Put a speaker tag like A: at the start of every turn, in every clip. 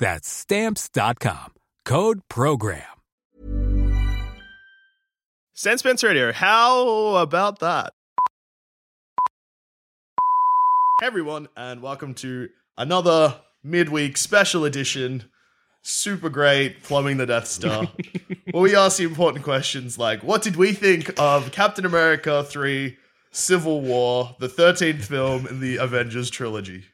A: That's stamps.com. Code program.
B: Stan Spence Radio, how about that? Hey everyone, and welcome to another midweek special edition. Super great plumbing the Death Star. where we ask you important questions like what did we think of Captain America 3 Civil War, the 13th film in the Avengers trilogy?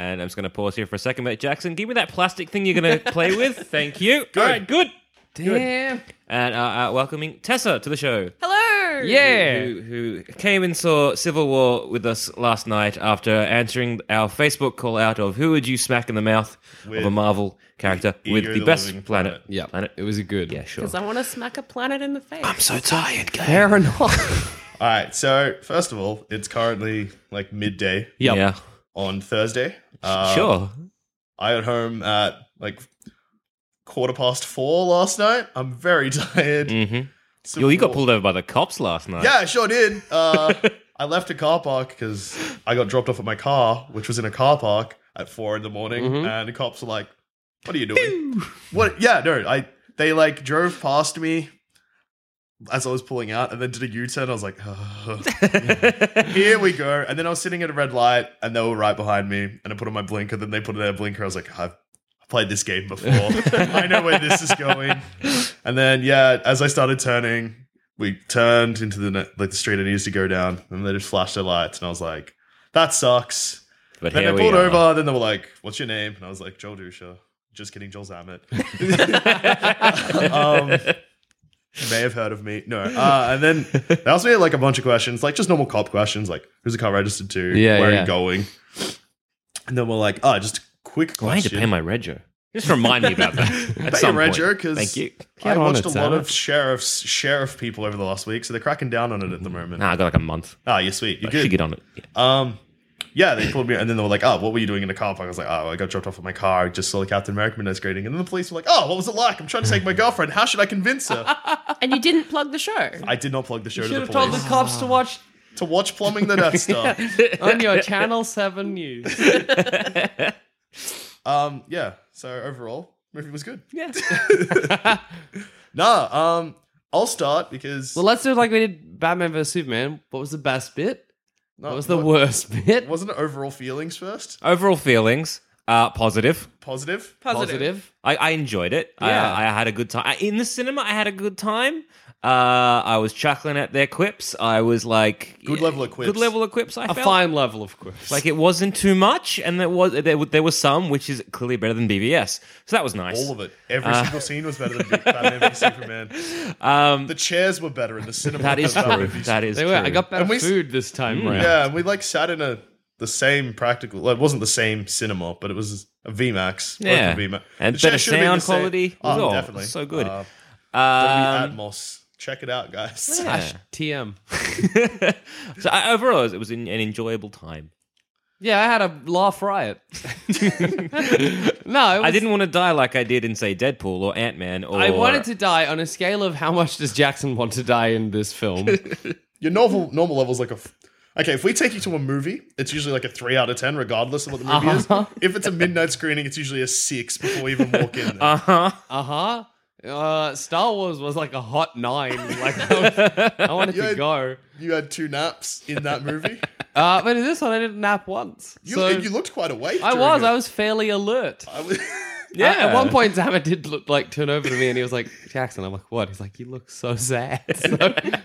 C: And I'm just going to pause here for a second, mate. Jackson, give me that plastic thing you're going to play with. Thank you. All right, good.
D: Damn.
C: And uh, uh, welcoming Tessa to the show.
E: Hello.
D: Yeah.
C: Who, who came and saw Civil War with us last night after answering our Facebook call out of who would you smack in the mouth
B: With
C: of a Marvel character
B: Ego
C: with
B: the
C: the best
B: Living
C: planet.
B: Planet.
D: Yeah.
C: Planet.
D: It was a good.
C: Yeah, sure.
E: Because I want to smack a planet in the face.
C: so tired, guys.
D: Fair enough.
B: All right, so first of all, it's currently like midday
D: Yep.
C: Yeah.
B: on Thursday. Uh,
C: sure.
B: I got home at like quarter past four last night. I'm very tired.
C: Mm-hmm.
B: So-
C: You, you got pulled over by the cops last night.
B: Yeah, I sure did. Uh, I left a car park because I got dropped off at my car, which was in a car park at four in the morning,
C: Mm-hmm.
D: Mhm.
B: and the cops were like, "What are you doing?" what? Yeah, no, I they like drove past me as I was pulling out, and then did a U-turn. I was like, "Here we go!" And then I was sitting at a red light, and they were right behind me, and I put on my blinker. Then they put on their blinker. I was like, "I've." Played this game before. I know where this is going. And then, yeah, as I started turning, we turned into the ne- like the street it needs to go down, and they just flashed their lights, and I was like, "That sucks."
C: But
B: then
C: here
B: they
C: we
B: pulled
C: are.
B: over, then they were like, "What's your name?" And I was like, "Joel Dusha." Just kidding, Joel Zammit. um, you may have heard of me. No, uh, and then they asked me like a bunch of questions, like just normal cop questions, like who's the car registered to,
D: Yeah,
B: where are
D: yeah.
B: you going, and then we're like, "Oh, just a quick
C: Well, I need to
B: question."
C: pay my rego. Just remind me about that. At
B: Pay
C: some
B: your
C: point.
B: rego, 'cause-
C: thank you.
B: I
D: Get on
B: watched
D: it,
B: a lot
D: Sam.
B: of sheriffs, sheriff people over the last week, so they're cracking down on it at the moment.
C: Mm, Nah, I got like a month.
B: Ah, you're sweet. You're
C: I should
B: good.
C: get on it. Yeah.
B: Um, yeah, they pulled me, and then they were like, "Oh, what were you doing in the car park?" I was like, "Oh, I got dropped off at my car. I just saw the Captain America midnight screening." And then the police were like, "Oh, what was it like? I'm trying to take my girlfriend. How should I convince her?"
E: and you didn't plug the show.
B: I did not plug the show to the
D: Should have
B: police
D: told the cops to watch
B: to watch plumbing the Death Star.
D: on your Channel 7 News.
B: Um, yeah. So overall, movie was good.
D: Yeah.
B: Nah. Um, I'll start because
D: Well, let's do it like we did Batman vs. Superman. What was the best bit?
B: no,
D: what was the
B: what-
D: worst bit?
B: Wasn't it overall feelings first?
C: Overall feelings are positive.
B: Positive.
D: Positive.
C: I, I enjoyed it.
D: Yeah.
C: I, I had a good time. I, in the cinema, I had a good time. Uh, I was chuckling at their quips. I was like,
B: Good level of quips.
C: Good level of quips. I
D: A
C: felt
D: fine level, of course.
C: like it wasn't too much, and there was there, were- there was some which is clearly better than BBS. So that was nice.
B: All of it. Every single scene was better than Batman v Superman. Um, the chairs were better in the cinema.
C: That is
B: than Batman
C: true.
B: v
C: That is
D: they
C: true.
D: were, I got better
B: And we s-
D: food this time
C: Mm,
D: round.
B: Yeah, and we like sat in a the same practical. Well, it wasn't the same cinema, but it was a VMAX. both
C: Yeah.
B: were VMAX.
C: And
B: The chair
C: better
B: should have been the
C: sound
B: same.
C: quality.
B: Oh,
C: Oh,
B: definitely
C: so good.
B: Uh,
C: Um,
B: WB Atmos, check it out, guys.
C: yeah.
D: Slash TM.
C: uh, so I, overall, it was an, an enjoyable time.
D: Yeah, I had a laugh riot. no, it
C: I
D: was-
C: didn't want to die like I did in, say, Deadpool or Ant Man or.
D: I wanted to die on a scale of how much does Jackson want to die in this film?
B: Your normal normal level is like a. f- Okay, if we take you to a movie, it's usually like a three out of ten, regardless of what the movie
D: Uh-huh.
B: is. If it's a midnight screening, it's usually a six before you even walk in. There.
C: Uh huh.
D: Uh-huh. Uh Star Wars was like a hot nine. Like I, was- I wanted
B: Yeah.
D: to go.
B: you had two naps in that movie.
D: Uh, but in this one, I didn't nap once.
B: You,
D: so
B: and you looked quite awake.
D: I
B: during
D: was.
B: it.
D: I was fairly alert.
B: I was.
C: Yeah.
D: Uh, at one point, Zama did look like turn over to me, and he was like, "Jackson." I'm like, "What?" He's like, "You look so sad." So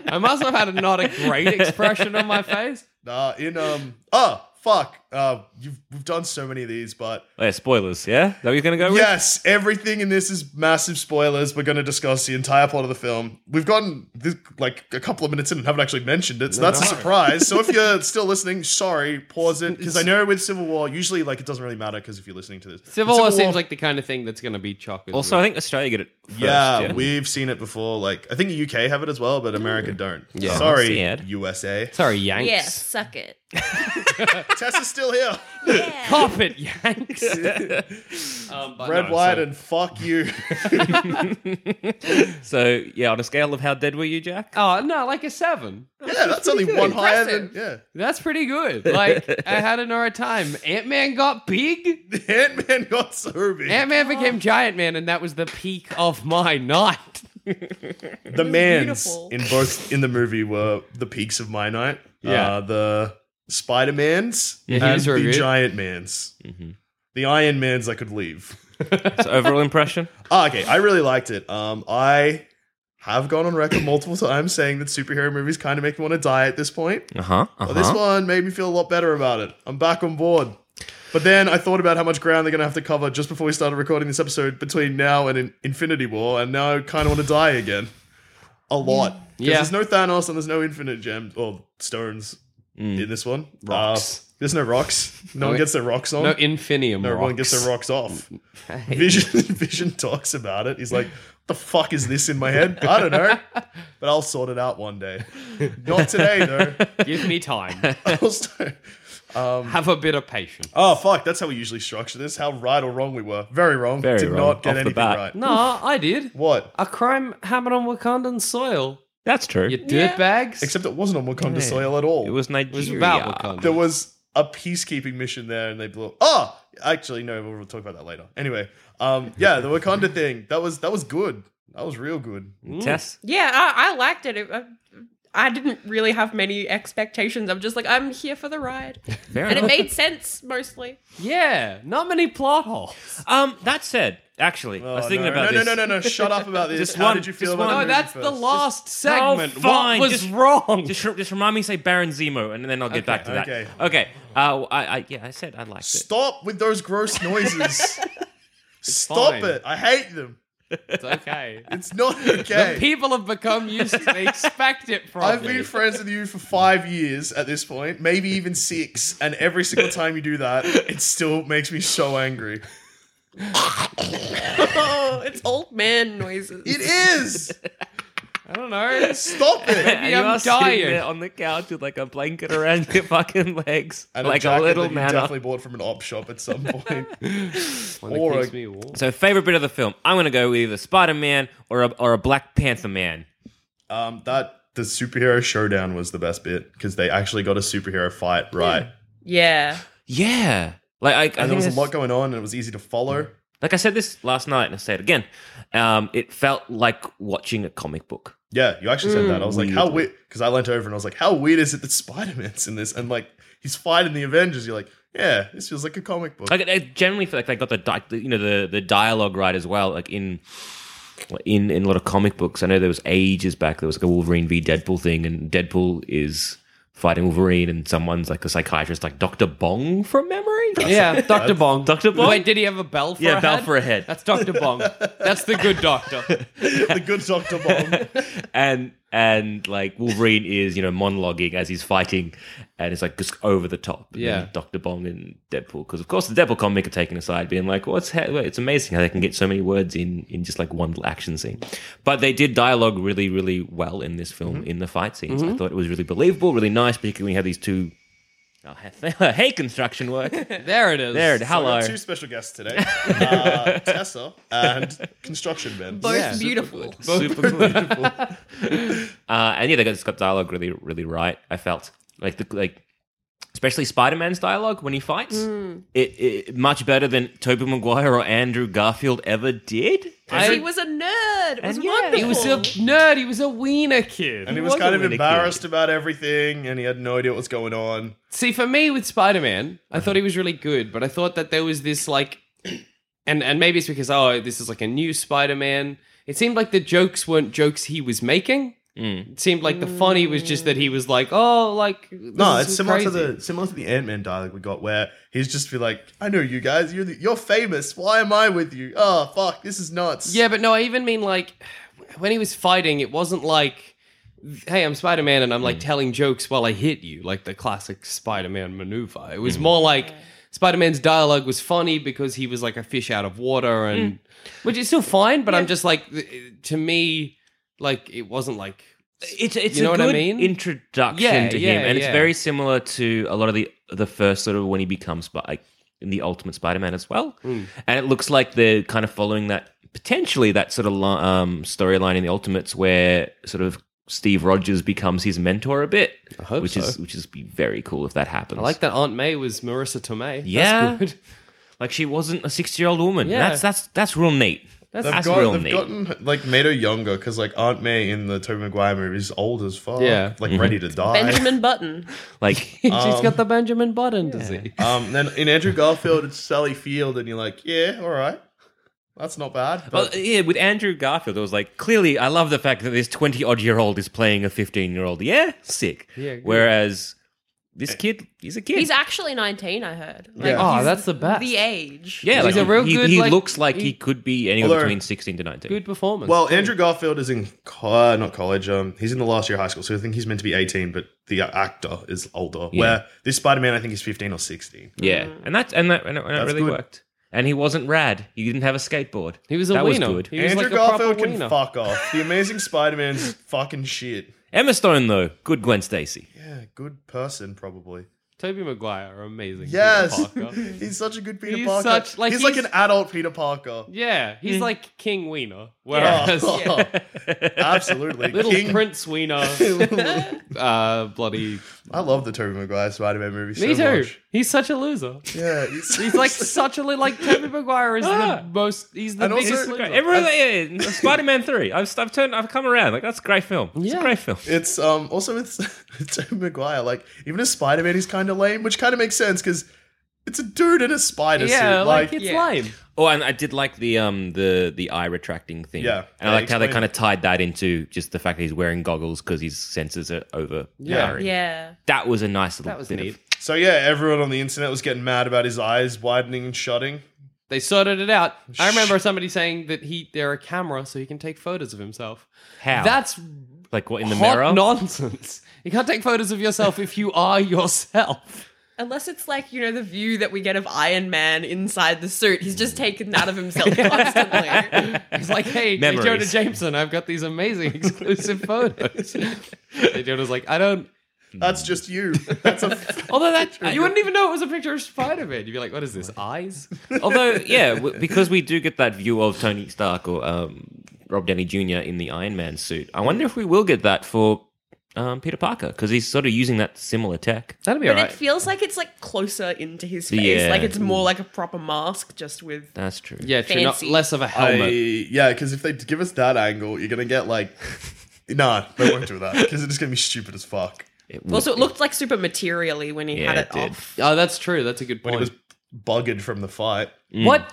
D: I must have had a, not a great expression on my face.
B: nah, in um. Oh fuck. Uh, you've we've done so many of these, but
C: Oh, yeah, spoilers, yeah? That you're going to go with?
B: Yes, everything in this is massive spoilers. We're going to discuss the entire plot of the film. We've gotten this, like a couple of minutes in and haven't actually mentioned it, so that's a surprise. so if you're still listening, sorry, pause it because I know with Civil War, usually like it doesn't really matter because if you're listening to this,
D: Civil War seems like the kind of thing that's going to be chocolate.
C: Also, I think Australia get it. First,
B: yeah, we've seen it before. Like I think the UK have it as well, but America don't.
D: Yeah.
B: sorry,
C: Sad.
B: USA.
D: sorry, Yanks.
E: Yeah, suck it.
B: Tess is still here.
E: Yeah.
D: Cop it, Yanks. um, but
B: Red,
D: no,
B: white,
D: so-
B: and fuck you.
C: So, yeah, on a scale of how dead were you, Jack?
D: Oh no, like a seven.
B: yeah, that's only one higher than
E: Impressive.
B: yeah.
D: That's pretty good. Like I had an alright time. Ant Man got big.
B: Ant Man got so big.
D: Ant Man became Giant Man, and that was the peak of my night.
B: the mans
E: beautiful.
B: in both in the movie were the peaks of my night.
D: Yeah.
B: Uh, the Spider Mans
D: Yeah, he
B: and
D: was very
B: the
D: good.
B: Giant Mans. The Iron Mans I could leave.
C: So, overall impression?
B: Ah, okay, I really liked it. Um, I have gone on record multiple times saying that superhero movies kind of make me want to die at this point.
C: Uh huh.
B: But this one made me feel a lot better about it. I'm back on board. But then I thought about how much ground they're going to have to cover just before we started recording this episode between now and in Infinity War, and now I kind of want to die again. A lot. 'Cause
D: Mm, Yeah.
B: There's no Thanos and there's no Infinite Gems or stones in this one.
D: Mm. Rocks.
B: Uh, there's no rocks. No one
D: wait.
B: gets their rocks on.
D: No infinium.
B: No one gets
D: rocks.
B: their rocks off. Vision Vision talks about it. He's like, the fuck is this in my head? I don't know. But I'll sort it out one day. Not today, though.
D: Give me time.
B: I'll start- Um,
D: Have a bit of patience.
B: Oh fuck! That's how we usually structure this. How right or wrong we were. Very wrong.
C: Very
B: Did
C: wrong.
B: not get
C: Off the
B: anything
C: bat.
B: right.
D: No, I did.
B: What?
D: A crime happened on Wakandan soil.
C: That's true.
D: You
E: Yeah.
D: dirtbags.
B: Except it wasn't on Wakanda soil at all.
C: It was Nigeria.
D: it was about Wakanda.
B: There was a peacekeeping mission there, and they blew. Oh, actually, no. We'll talk about that later. Anyway, um, yeah, the Wakanda thing. That was that was good. That was real good.
C: Tess?
E: Yeah, I, I liked it. it I, I didn't really have many expectations. I'm just like, I'm here for the ride. and it made sense mostly.
D: yeah, not many plot holes.
C: Um, that said, actually, I was
B: Oh,
C: thinking
B: no.
C: about
B: no,
C: this.
B: no, no, no, no. Shut up about this.
C: Just
B: How
C: one-
B: did you feel
C: just
B: about
C: one.
B: the
D: No,
B: movie
D: that's the
B: first?
D: last
C: Oh,
D: segment.
C: fine,
D: What was
C: just-
D: wrong?
C: Just, just remind me to say Baron Zemo, and then I'll get back to that.
B: okay.
C: Okay. Uh, I, I, yeah, I said I liked it.
B: Stop with those gross noises. Stop
D: fine.
B: it. I hate them.
D: It's okay.
B: It's not okay.
D: The people have become used to they expect it from
B: I've
D: you.
B: been friends with you for five years at this point, maybe even six, and every single time you do that, it still makes me so angry.
E: Oh, it's old man noises.
B: It is!
D: I don't know.
B: Stop it!
D: Maybe
C: And you
D: I'm
C: are sitting
D: dying.
C: there on the couch with like a blanket around your fucking legs,
B: And
C: like a
B: jacket
C: little
B: that you
C: man. up.
B: definitely bought from an op shop at some point.
D: One that
B: Or
D: keeps
B: a-
D: me warm.
C: So, favorite bit of the film, I'm gonna go with either Spider Man or a, or a Black Panther man.
B: um, that the superhero showdown was the best bit because they actually got a superhero fight right,
E: yeah.
C: Yeah, like I, I think Mm.
B: and there was a
C: this-
B: lot going on, and it was easy to follow.
C: like I said this last night, and I say it again. Um, it felt like watching a comic book.
B: Yeah, you actually said that. I was
C: Mm.
B: like, how weird? Because I leant over and I was like, how weird is it that Spider Man's in this? And like, he's fighting the Avengers. You're like, yeah, this feels like a comic book.
C: Like I generally feel like they got the di- the- you know the the dialogue right as well. Like in in in a lot of comic books, I know there was ages back there was like a Wolverine v Deadpool thing, and Deadpool is fighting Wolverine, and someone's like a psychiatrist, like Doctor Bong from memory.
D: Yeah, Dr. Bong.
C: Dr. Bong?
D: Wait, did he have a bell for
C: yeah,
D: a
C: bell
D: head?
C: for a head,
D: That's Dr. Bong. That's the good doctor.
B: the good Doctor Bomb.
C: and and like Wolverine is you know monologuing as he's fighting, and it's like just over the top. And
D: Yeah.
C: Doctor Bong and Deadpool, because of course the Deadpool comic are taken aside, being like, "What's ha- it's amazing how they can get so many words in in just like one little action scene." But they did dialogue really, really well in this film in the fight scenes. I thought it was really believable, really nice, particularly when you have these two Oh, he- hey, construction work.
D: There it is.
C: There, it-
B: So I
C: hello.
B: got two special guests today uh, Tessa and Construction Ben.
E: Both
D: Yeah.
E: beautiful.
C: Super Uh, beautiful. uh, and yeah, they got this got dialogue really, really right. I felt like the like, especially Spider Man's dialogue when he fights, it, it much better than Tobey Maguire or Andrew Garfield ever did.
E: Because he was a nerd. It was
C: And yeah,
E: wonderful.
D: He was a nerd. He was a wiener kid.
B: And he
C: He
B: was
C: was
B: kind
C: a
B: of
C: really cute-
B: embarrassed about everything and he had no idea what was going on.
D: See, for me with Spider Man, I thought he was really good, but I thought that there was this like, and and maybe it's because oh, this is like a new Spider Man. It seemed like the jokes weren't jokes he was making.
C: Hmm.
D: It seemed like the funny was just that he was like, oh, like this
B: No,
D: is
B: it's similar to
D: crazy.
B: the similar to the Ant Man dialogue we got, where he's just be like, "I know you guys. You're the, you're famous. Why am I with you? Oh fuck, this is nuts."
D: Yeah, but no, I even mean like when he was fighting, it wasn't like, hey, I'm Spider Man and I'm like
B: Mm.
D: telling jokes while I hit you, like the classic Spider Man maneuver. It was
B: Mm.
D: more like Spider Man's dialogue was funny because he was like a fish out of water,
B: Mm.
D: and which is still fine, but I'm just like, th- to me, like it wasn't like.
C: It's it's
D: You know
C: a
D: what
C: good
D: I mean?
C: introduction
D: Yeah,
C: to
D: yeah,
C: him, and
D: yeah.
C: it's very similar to a lot of the the first sort of when he becomes Spi- like in the Ultimate Spider-Man as well.
D: Hmm.
C: And it looks like they're kind of following that potentially that sort of li- um, storyline in the Ultimates where sort of Steve Rogers becomes his mentor a bit, I
D: hope
C: which is
D: so.
C: which is be very cool if that happens.
D: I like that Aunt May was Marissa Tomei.
C: Yeah.
D: That's good.
C: like she wasn't a sixty year old woman.
D: Yeah.
C: That's that's that's real neat. That's,
B: they've,
C: that's
B: got-
C: real
B: they've
C: neat.
B: gotten like made her younger because like Aunt May in the Tobey Maguire movie is old as fuck.
D: Yeah.
B: like ready to die.
E: Benjamin Button.
C: like
D: She's got the Benjamin Button disease.
B: Um, then in Andrew Garfield, it's Sally Field, and you're like, "Yeah, all right, that's not bad."
C: Well,
B: But
C: yeah, with Andrew Garfield, it was like clearly I love the fact that this twenty odd year old is playing a fifteen year old. Yeah, sick.
D: Yeah, good.
C: Whereas this kid, he's a kid.
E: He's actually 19 I heard. Like,
B: Yeah.
D: Oh,
E: he's
D: that's the best.
E: The age.
C: yeah, like,
D: he's a real
C: he,
D: good,
C: He
D: like-
C: looks like he,
D: he-
C: could be anywhere
B: Although-
C: between sixteen to nineteen.
D: Good performance.
B: well, Andrew Garfield is in co- uh, not college. Um, he's in the last year of high school, so I think he's meant to be 18, but the uh, actor is older.
C: Yeah.
B: Where this Spider Man, I think, is 15 or 16.
C: Yeah,
D: Mm.
C: and that and that and it, and it
B: That's
C: really
B: good.
C: worked. And he wasn't rad. He didn't have a skateboard.
D: he was a
C: that
D: wiener.
C: Was good.
D: He was
B: Andrew
D: like a proper
B: Garfield can
D: wiener.
B: fuck off. The Amazing Spider Man's fucking shit.
C: Emma Stone though, good Gwen Stacy.
B: Yeah, good person probably.
D: Toby Maguire, amazing. Peter
B: Yes,
D: Parker.
B: he's such a good Peter
D: He's
B: Parker.
D: such- like,
B: he's, like
D: he's-
B: an adult Peter Parker.
D: yeah, he's like King Wiener. Whereas
B: Oh, absolutely.
D: Little
B: King-
D: Prince Wiener, uh, bloody.
B: I love the Tobey Maguire Spider Man movie.
D: Me
B: so
D: too.
B: Much.
D: He's such a loser.
B: Yeah, he's,
D: He's like such a li- like Toby Maguire is the most. He's the
B: And also-
D: biggest loser.
C: Everyone, yeah, yeah, Spider-Man three. I've, I've turned. I've come around. Like that's a great film. It's
D: Yeah.
C: a great film.
B: It's um also with Tobey Maguire, like even as Spider Man, he's kind of lame, which kind of makes sense because it's a dude in a spider
D: yeah,
B: suit.
D: like,
B: Like,
D: it's
E: Yeah.
D: lame.
C: Oh, and I did like the um the the eye retracting thing.
B: Yeah.
C: and I
B: Yeah,
C: liked how they
B: explain
C: kind of tied that into just the fact that he's wearing goggles because his senses are overpowering.
E: Yeah.
C: that was a nice little.
D: That was
C: bit of-
D: neat.
B: so yeah, everyone on the internet was getting mad about his eyes widening and shutting.
D: They sorted it out. I remember somebody saying that he there a camera so he can take photos of himself.
C: How?
D: That's
C: like what in the
D: hot
C: mirror?
D: nonsense. You can't take photos of yourself if you are yourself.
E: Unless it's like, you know, the view that we get of Iron Man inside the suit. He's just taken that of himself constantly.
D: It's like, hey, hey,
C: Memories.
D: Jonah Jameson, I've got these amazing exclusive photos. And Jonah's like, I don't.
C: Mm.
B: That's just you. That's a f-
D: Although that you wouldn't even know it was a picture of Spider Man. You'd be like, what is this? Eyes?
C: Although, yeah, w- because we do get that view of Tony Stark or um, Rob Downey Jr. in the Iron Man suit. I wonder if we will get that for um, Peter Parker because he's sort of using that similar tech.
D: That'd be
E: but
D: alright.
E: it feels like it's like closer into his face.
C: Yeah. Mm.
E: Like it's more like a proper mask just with
C: That's true.
D: yeah, true. Not
E: fancy.
D: less of a
B: I,
D: helmet.
B: yeah, because if they give us that angle, you're gonna get like, nah, they won't do that because it's gonna be stupid as fuck.
C: It
E: also, it looked like super materially when he
C: Yeah,
E: had
C: it
E: it,
C: did.
E: off.
D: Oh, that's true. That's a good
B: When he
D: point.
B: Mm. was buggered from the fight.
D: What?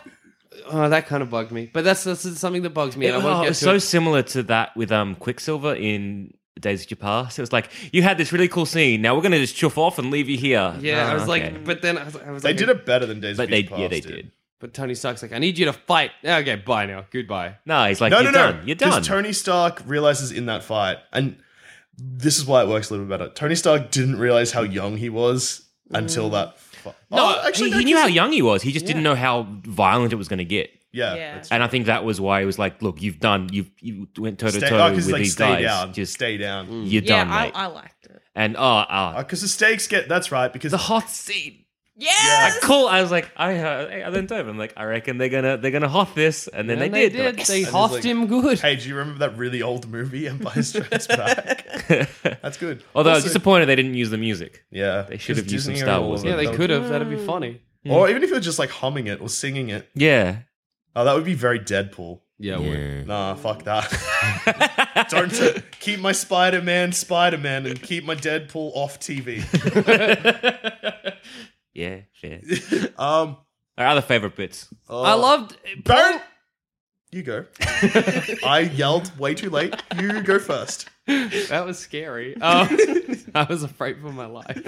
D: Oh, that kind of bugged me. But that's, that's something that bugs me.
C: It
D: and I
C: was,
D: won't
C: oh, it
D: get
C: was
D: to
C: so
D: it.
C: similar to that with um, Quicksilver in Days of Your Past. It was like you had this really cool scene. Now we're going to just chuff off and leave you here.
D: Yeah,
C: Ah,
D: I was
C: okay.
D: like, but then I was, I was
B: They
D: like,
B: did it better than Days
C: but
B: of
C: they
B: Future Past
C: yeah they did.
D: But Tony Stark's like, I need you to fight. Yeah, Okay, bye now. Goodbye.
C: No, he's like
B: No,
C: you're
B: no,
C: done.
B: no.
C: You're
B: 'Cause
C: done.
B: Tony Stark realizes in that fight, and this is why it works a little bit better. Tony Stark didn't realize how young he was
D: Mm.
B: until that. Fu-
C: no,
B: Oh,
C: actually, he,
B: no,
C: knew how
B: 'cause-
C: young he was. He just didn't know how violent it was going to get.
B: Yeah,
E: Yeah.
B: that's-
C: And I think that was why he was like, "Look, you've done. You've you went toe to
B: Stay, oh,
C: toe
B: 'cause
C: with
B: like
C: these
B: stay
C: guys.
B: down,
C: Just
D: Mm.
B: stay down.
C: you're
E: Yeah,
C: done,
E: I,
C: mate."
E: I liked it.
C: and oh, ah,
B: Because the stakes get that's right. Because
C: the hot scene. I
E: Yes.
C: call. I was like, I, uh, I leant over. I'm like, I reckon they're gonna they're gonna hot this, and then
D: And
C: they,
D: They,
C: did. They're like,
D: hoffed
B: like-
D: him good.
B: hey, do you remember that really old movie Empire Strikes Back? that's good.
C: Although I was
B: Also-
C: disappointed they didn't use the music.
B: yeah,
C: they should have
B: 'cause
C: used some
B: Disney
C: Star
B: owned all
C: Wars
B: of it.
D: yeah, they
B: That would-
D: could have. That'd be funny.
B: or even if you're just like humming it or singing it.
C: Yeah.
B: Oh, that would be very Deadpool.
D: Yeah,
B: Nah, fuck that. Don't keep my Spider Man, Spider Man, and keep my Deadpool off TV.
C: Yeah. Yeah.
B: Um,
C: Our other favorite bits.
D: I loved.
B: Baron, you go. I yelled way too late. You go first.
D: That was scary. Um, I was afraid for my life.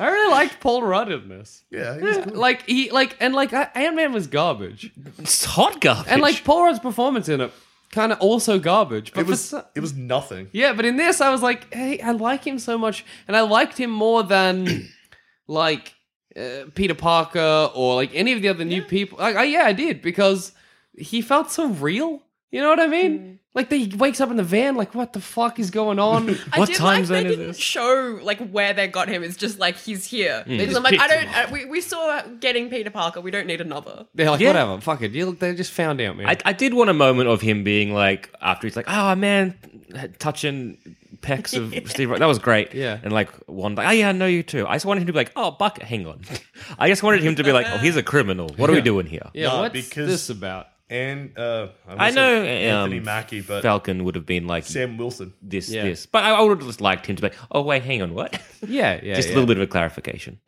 D: I really liked Paul Rudd in this.
B: Yeah, he was good.
D: Like he, like, and like Ant Man was garbage,
C: It's hot garbage.
D: and like Paul Rudd's performance in it, kind of also garbage. But
B: it
D: for
B: was
D: so-
B: it was nothing.
D: Yeah, but in this, I was like, hey, I like him so much, and I liked him more than like uh, Peter Parker or like any of the other new people. Like, I, yeah, I did because he felt so real. You know what I mean?
B: Mm.
D: Like, they he wakes up in the van, like, what the fuck is going on?
E: I
C: What
E: did
C: time
E: like
C: zone
E: they
C: is
E: didn't
C: this? Hmm.
E: show like where they got him. It's just like he's here. Because
D: just
E: I'm like, I
D: picked
E: don't. I, we, we saw getting Peter Parker. We don't need another.
D: They're like,
C: Yeah.
D: whatever, fuck it. You, they just found out, man.
C: I, I did want a moment of him being like, after he's like, oh man, touching pecs of Steve. Ro- That was great.
D: Yeah.
C: And like one, like, oh yeah, I know you too. I just wanted him to be like, oh, Buck, hang on. I just wanted him to be like, oh, he's a criminal. What are we doing here?
D: yeah,
B: Nah,
D: what's
B: because-
D: this about?
B: And uh,
C: I
B: was
C: know
B: saying Anthony
C: um,
B: Mackie, but
C: Falcon would have been like
B: Sam Wilson.
C: this,
D: Yeah.
C: this. But I, I would have just liked him to be like, oh wait, hang on, what?
D: Yeah, yeah.
C: just a
D: yeah.
C: little bit of a clarification.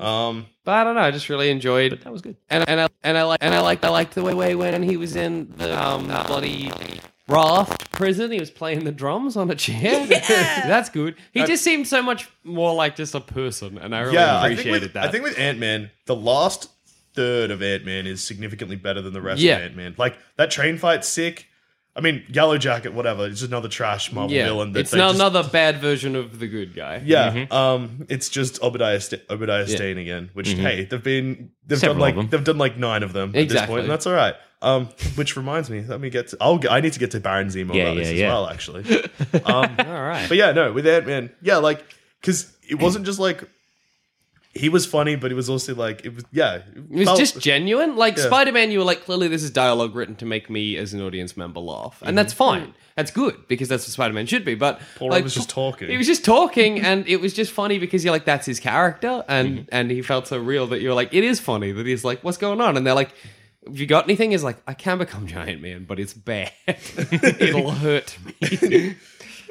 B: Um,
D: But I don't know. I just really enjoyed
C: That was good.
D: and and I and I like and I liked I liked the way way when he was in the um that bloody Raft prison, he was playing the drums on a chair. That's good. He just seemed so much more like just a person, and I really
B: yeah, I think
D: appreciated
B: with,
D: that.
B: I think with Ant Man, the last third of Ant Man is significantly better than the rest
D: Yeah.
B: of Ant Man. Like that train fight's sick. I mean, Yellow Jacket, whatever. It's just another trash Marvel
D: yeah,
B: villain. That
D: it's
B: they
D: not
B: just-
D: another bad version of the good guy.
B: Yeah, um, it's just Obadiah St- Obadiah
D: Mm-hmm. Yeah. Mm-hmm.
B: Stane again. Which hey, they've been they've
C: Several
B: done like
C: of them.
B: they've done like nine of them at this
D: Exactly.
B: point, and that's all right. Um, which reminds me, let me get. To, I'll get- I need to get to Baron Zemo
C: Yeah,
B: about
C: yeah,
B: this as
C: yeah.
B: well, actually. Um,
D: All right.
B: but yeah, no, with Ant Man, yeah, like because it wasn't just like he was funny, but it was also like it was yeah,
D: it was just genuine. Like
B: Yeah.
D: Spider Man, you were like, clearly this is dialogue written to make me as an audience member laugh,
B: Mm-hmm.
D: and that's fine. That's good because that's what Spider Man should be. But
B: Paul
D: like,
B: Rudd Mm. was just talking.
D: He was just talking, and it was just funny because you're like, that's his character, and
B: Mm-hmm.
D: and he felt so real that you're like, it is funny that he's like, what's going on? And they're like, have you got anything? He's like, I can become Giant Man, but it's bad. It'll hurt me.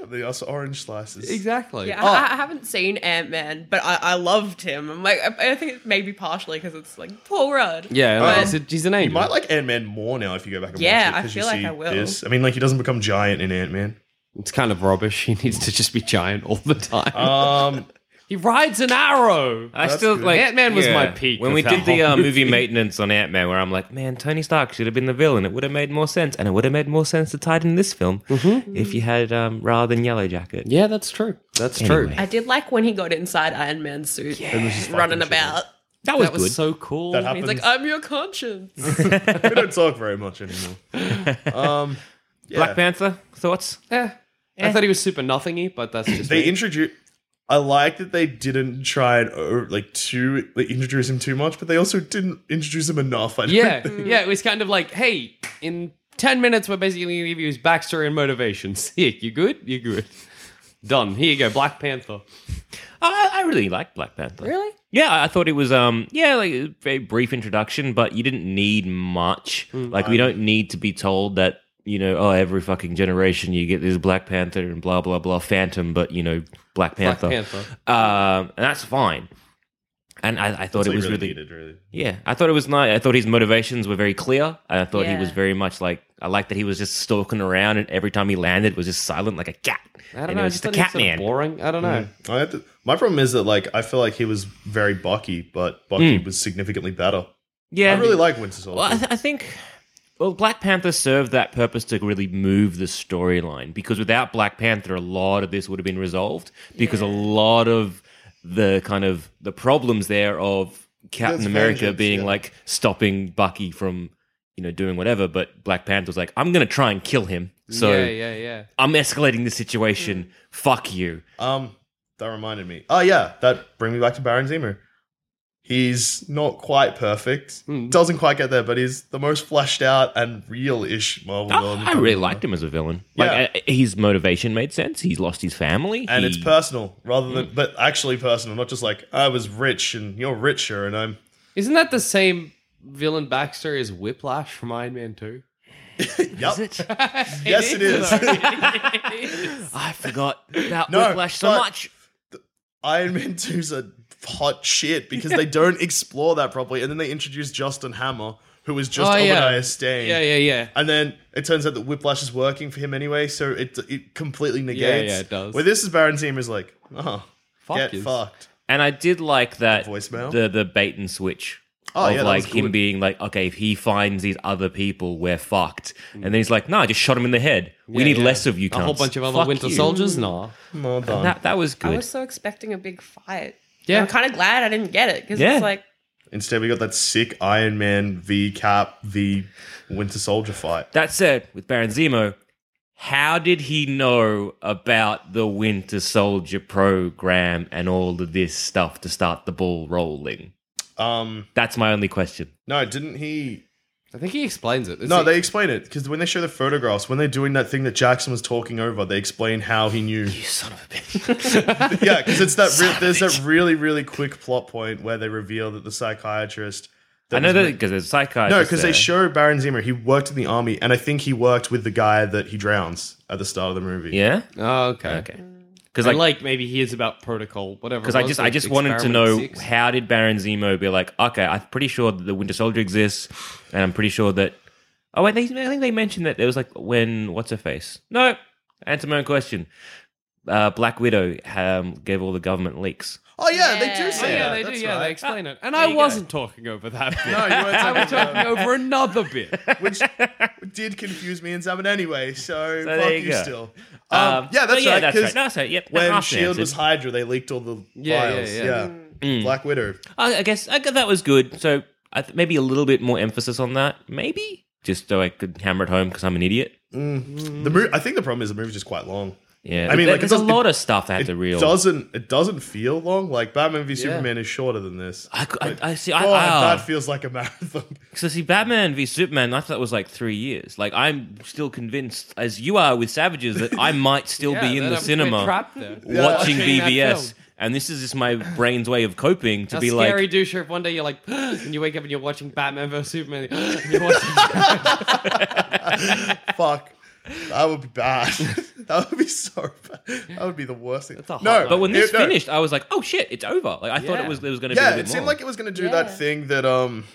B: they also orange slices.
D: exactly.
E: Yeah,
D: Oh,
E: I, I haven't seen Ant Man, but I, I loved him. I'm like, I, I think it's maybe partially because it's like Paul Rudd.
D: yeah. and, like,
B: Um,
D: it's a- he's an
B: You
D: angel.
B: might like Ant Man more now if you go back and
E: Yeah,
B: watch it.
E: I
B: 'cause
E: feel
B: you
E: like
B: see
E: I will.
B: This. I mean, like he doesn't become giant in Ant Man.
D: it's kind of rubbish. He needs to just be giant all the time.
B: Um,
D: he rides an arrow.
C: I
B: That's
C: still
B: good.
C: like
D: Ant-Man was my peak
C: When
D: of
C: we
D: that
C: did the
D: whole
C: uh, movie maintenance on Ant Man, where I'm like, man, Tony Stark should have been the villain. It would have made more sense, and it would have made more sense to tie it in this film if you had um, rather than Yellow Jacket.
D: yeah, that's true. That's true.
C: Anyway.
E: I did like when he got inside Iron Man's suit, running about.
C: That was
D: that was
C: good.
D: so cool.
B: that
E: He's
B: happens.
E: like, "Oh, I'm your conscience.
B: we don't talk very much anymore. Um, yeah.
C: Black Panther thoughts?
D: Yeah.
C: eh.
D: I thought he was super nothingy, but that's just
B: They
D: me.
B: introduce. I like that they didn't try and over, like too like, introduce him too much, but they also didn't introduce him enough. I don't
D: Yeah,
B: think.
D: yeah. It was kind of like, hey, in ten minutes, we're basically going to give you his backstory and motivations. Here, you good? You good? Done. Here you go, Black Panther.
C: I, I really liked Black Panther. Really? Yeah, I- I thought it was um yeah like a very brief introduction, but you didn't need much. Like we don't need to be told that you know oh every fucking generation you get this Black Panther and blah blah blah Phantom, but you know Black Panther.
D: Panther.
C: Um, and that's fine. And I, I thought
B: That's all
C: it
B: you
C: was
B: really
C: really,
B: needed, really.
C: yeah. I thought it was nice. I thought his motivations were very clear. And I thought he
E: Yeah.
C: was very much like I like that he was just stalking around, and every time he landed, it was just silent like a cat.
D: I don't
C: and
D: know.
C: It
D: I
C: was
D: just
C: just a
D: thought he was
C: cat
D: sort of
C: man.
D: boring. I don't
C: Mm-hmm.
D: know.
B: I had to, my problem is that like I feel like he was very Bucky, but Bucky was significantly better.
C: Hmm. Yeah,
B: I really like Winter Soldier.
C: Well, I, th- I think well, Black Panther served that purpose to really move the storyline because without Black Panther, a lot of this would have been resolved because a lot of the kind of the problems there of Captain
B: That's
C: America
B: vengeance,
C: being
B: yeah.
C: like stopping Bucky from you know doing whatever, but Black Panther's like, I'm gonna try and kill him, so
D: yeah, yeah, yeah.
B: Mm.
C: I'm escalating the situation. Fuck you.
B: um, that reminded me. Oh yeah, that bring me back to Baron Zemo. He's not quite perfect.
D: Hmm.
B: Doesn't quite get there, but he's the most fleshed out and real-ish Marvel
D: Oh,
B: villain.
C: I, I really liked him as a villain. Like uh, his motivation made sense. He's lost his family,
B: and
C: He-
B: it's personal rather than
D: Hmm.
B: but actually personal not just like i was rich and you're richer and i'm
D: Isn't that the same villain backstory as Whiplash from Iron Man 2?
B: yep yes it is,
C: I forgot about
B: No,
C: Whiplash so
B: but-
C: much.
B: iron man 2's a hot shit because they don't explore that properly and then they introduce justin hammer who is just
D: Oh, yeah.
B: obadiah stane
D: Yeah, yeah, yeah.
B: and then it turns out that whiplash is working for him anyway so it it completely negates
D: it does.
B: where this is baron team is like oh
D: Fuck
B: get
D: yous.
B: fucked
C: And I did like that
B: Voicemail?
C: the the bait and switch
B: Oh,
C: of
B: yeah, that
C: like
B: was
C: him
B: good.
C: being like, okay, if he finds these other people, we're fucked. And then he's like, nah, I just shot him in the head. We
D: Yeah,
C: need
D: yeah.
C: less of you.
D: A whole
C: cunts.
D: bunch of other
C: Fuck
D: Winter
C: you."
D: Soldiers? Nah.
B: well done
C: And That that was
E: I
C: good.
E: was so expecting a big fight.
D: Yeah.
E: I'm kind of glad I didn't get it because
C: Yeah.
E: it's like
B: instead we got that sick iron man v cap v winter soldier fight
C: That said, with Baron Zemo, how did he know about the Winter Soldier program and all of this stuff to start the ball rolling?
B: um
C: That's my only question.
B: no didn't he
D: I think he explains it. Is
B: No,
D: he-
B: they explain it because when they show the photographs, when they're doing that thing that Jackson was talking over, they explain how he knew.
C: You son of a bitch.
B: yeah, because it's that re- there's that really really quick plot point where they reveal that the psychiatrist.
C: I know
B: was
C: that
B: with-
C: because there's a psychiatrist.
B: no, because they
C: there.
B: show Baron Zemo. He worked in the army, and I think he worked with the guy that he drowns at the start of the movie.
C: Yeah?
D: Oh, okay.
C: Okay. Because
D: Like,
C: like,
D: like maybe he is about protocol, whatever.
C: because I just I just wanted to know
D: Oh,
C: how did Baron Zemo be like, okay, I'm pretty sure that the Winter Soldier exists, and I'm pretty sure that oh, and they, I think they mentioned that there was like when what's her face? No, answer my own question. Uh, Black Widow um, gave all the government leaks.
B: Oh yeah, they do
E: Yeah.
D: Oh,
B: say
D: yeah,
B: that.
D: they
B: That's
D: do. Yeah, they
B: right.
D: explain it. And
C: There
D: I
C: you go.
D: wasn't talking over that bit.
B: No, you
D: I
B: weren't
D: was
B: talking
D: talking
B: about
D: over another bit.
B: which did confuse me and Zaman anyway. So,
C: there
B: fuck
C: you
B: you,
C: go.
B: still. Um,
C: Um,
B: yeah,
C: no,
B: that's
C: yeah,
B: right.
C: that's
B: 'cause
C: right. No, so yep, that
B: when
C: half
B: Shield E was
C: answered.
B: Hydra, they leaked all the
D: Yeah, yeah,
B: files.
D: yeah. Mm.
B: Yeah,
C: Mm.
B: Black Widow.
C: Oh, I, I guess I, gu- that was good. So I th- maybe a little bit more emphasis on that, maybe just so I could hammer it home because I'm an idiot.
B: The mo- I think the problem is the movie's just quite long.
C: Yeah,
B: I mean, like,
C: There-
B: it
C: there's a
B: does-
C: lot of stuff I had
B: It
C: to real.
B: doesn't. It doesn't feel long. Like Batman v Superman is shorter than this.
C: I, cou- I, I see. I,
B: God,
C: ah.
B: that feels like a marathon.
C: So see, Batman v Superman, I thought that was like three years. Like I'm still convinced, as you are with Savages, that I might still be in the cinema
D: Trapped there.
C: watching
D: Watching that
C: BVS,
D: film.
C: and this is just my brain's way of coping to
D: How
C: be
D: scary
C: like,
D: douche if one day you're like, and you wake up and you're watching Batman vs Superman. and you're watching
B: Fuck. That would be bad. that would be so bad. That would be the worst thing.
D: a hot
B: no,
D: line.
C: but when this
B: it- no.
C: finished, I was like, oh shit, it's over. Like I thought
D: Yeah.
C: it was there was going to be
B: yeah,
C: a bit
B: it seemed
C: more.
B: like it was going to do
E: Yeah.
B: that thing that um,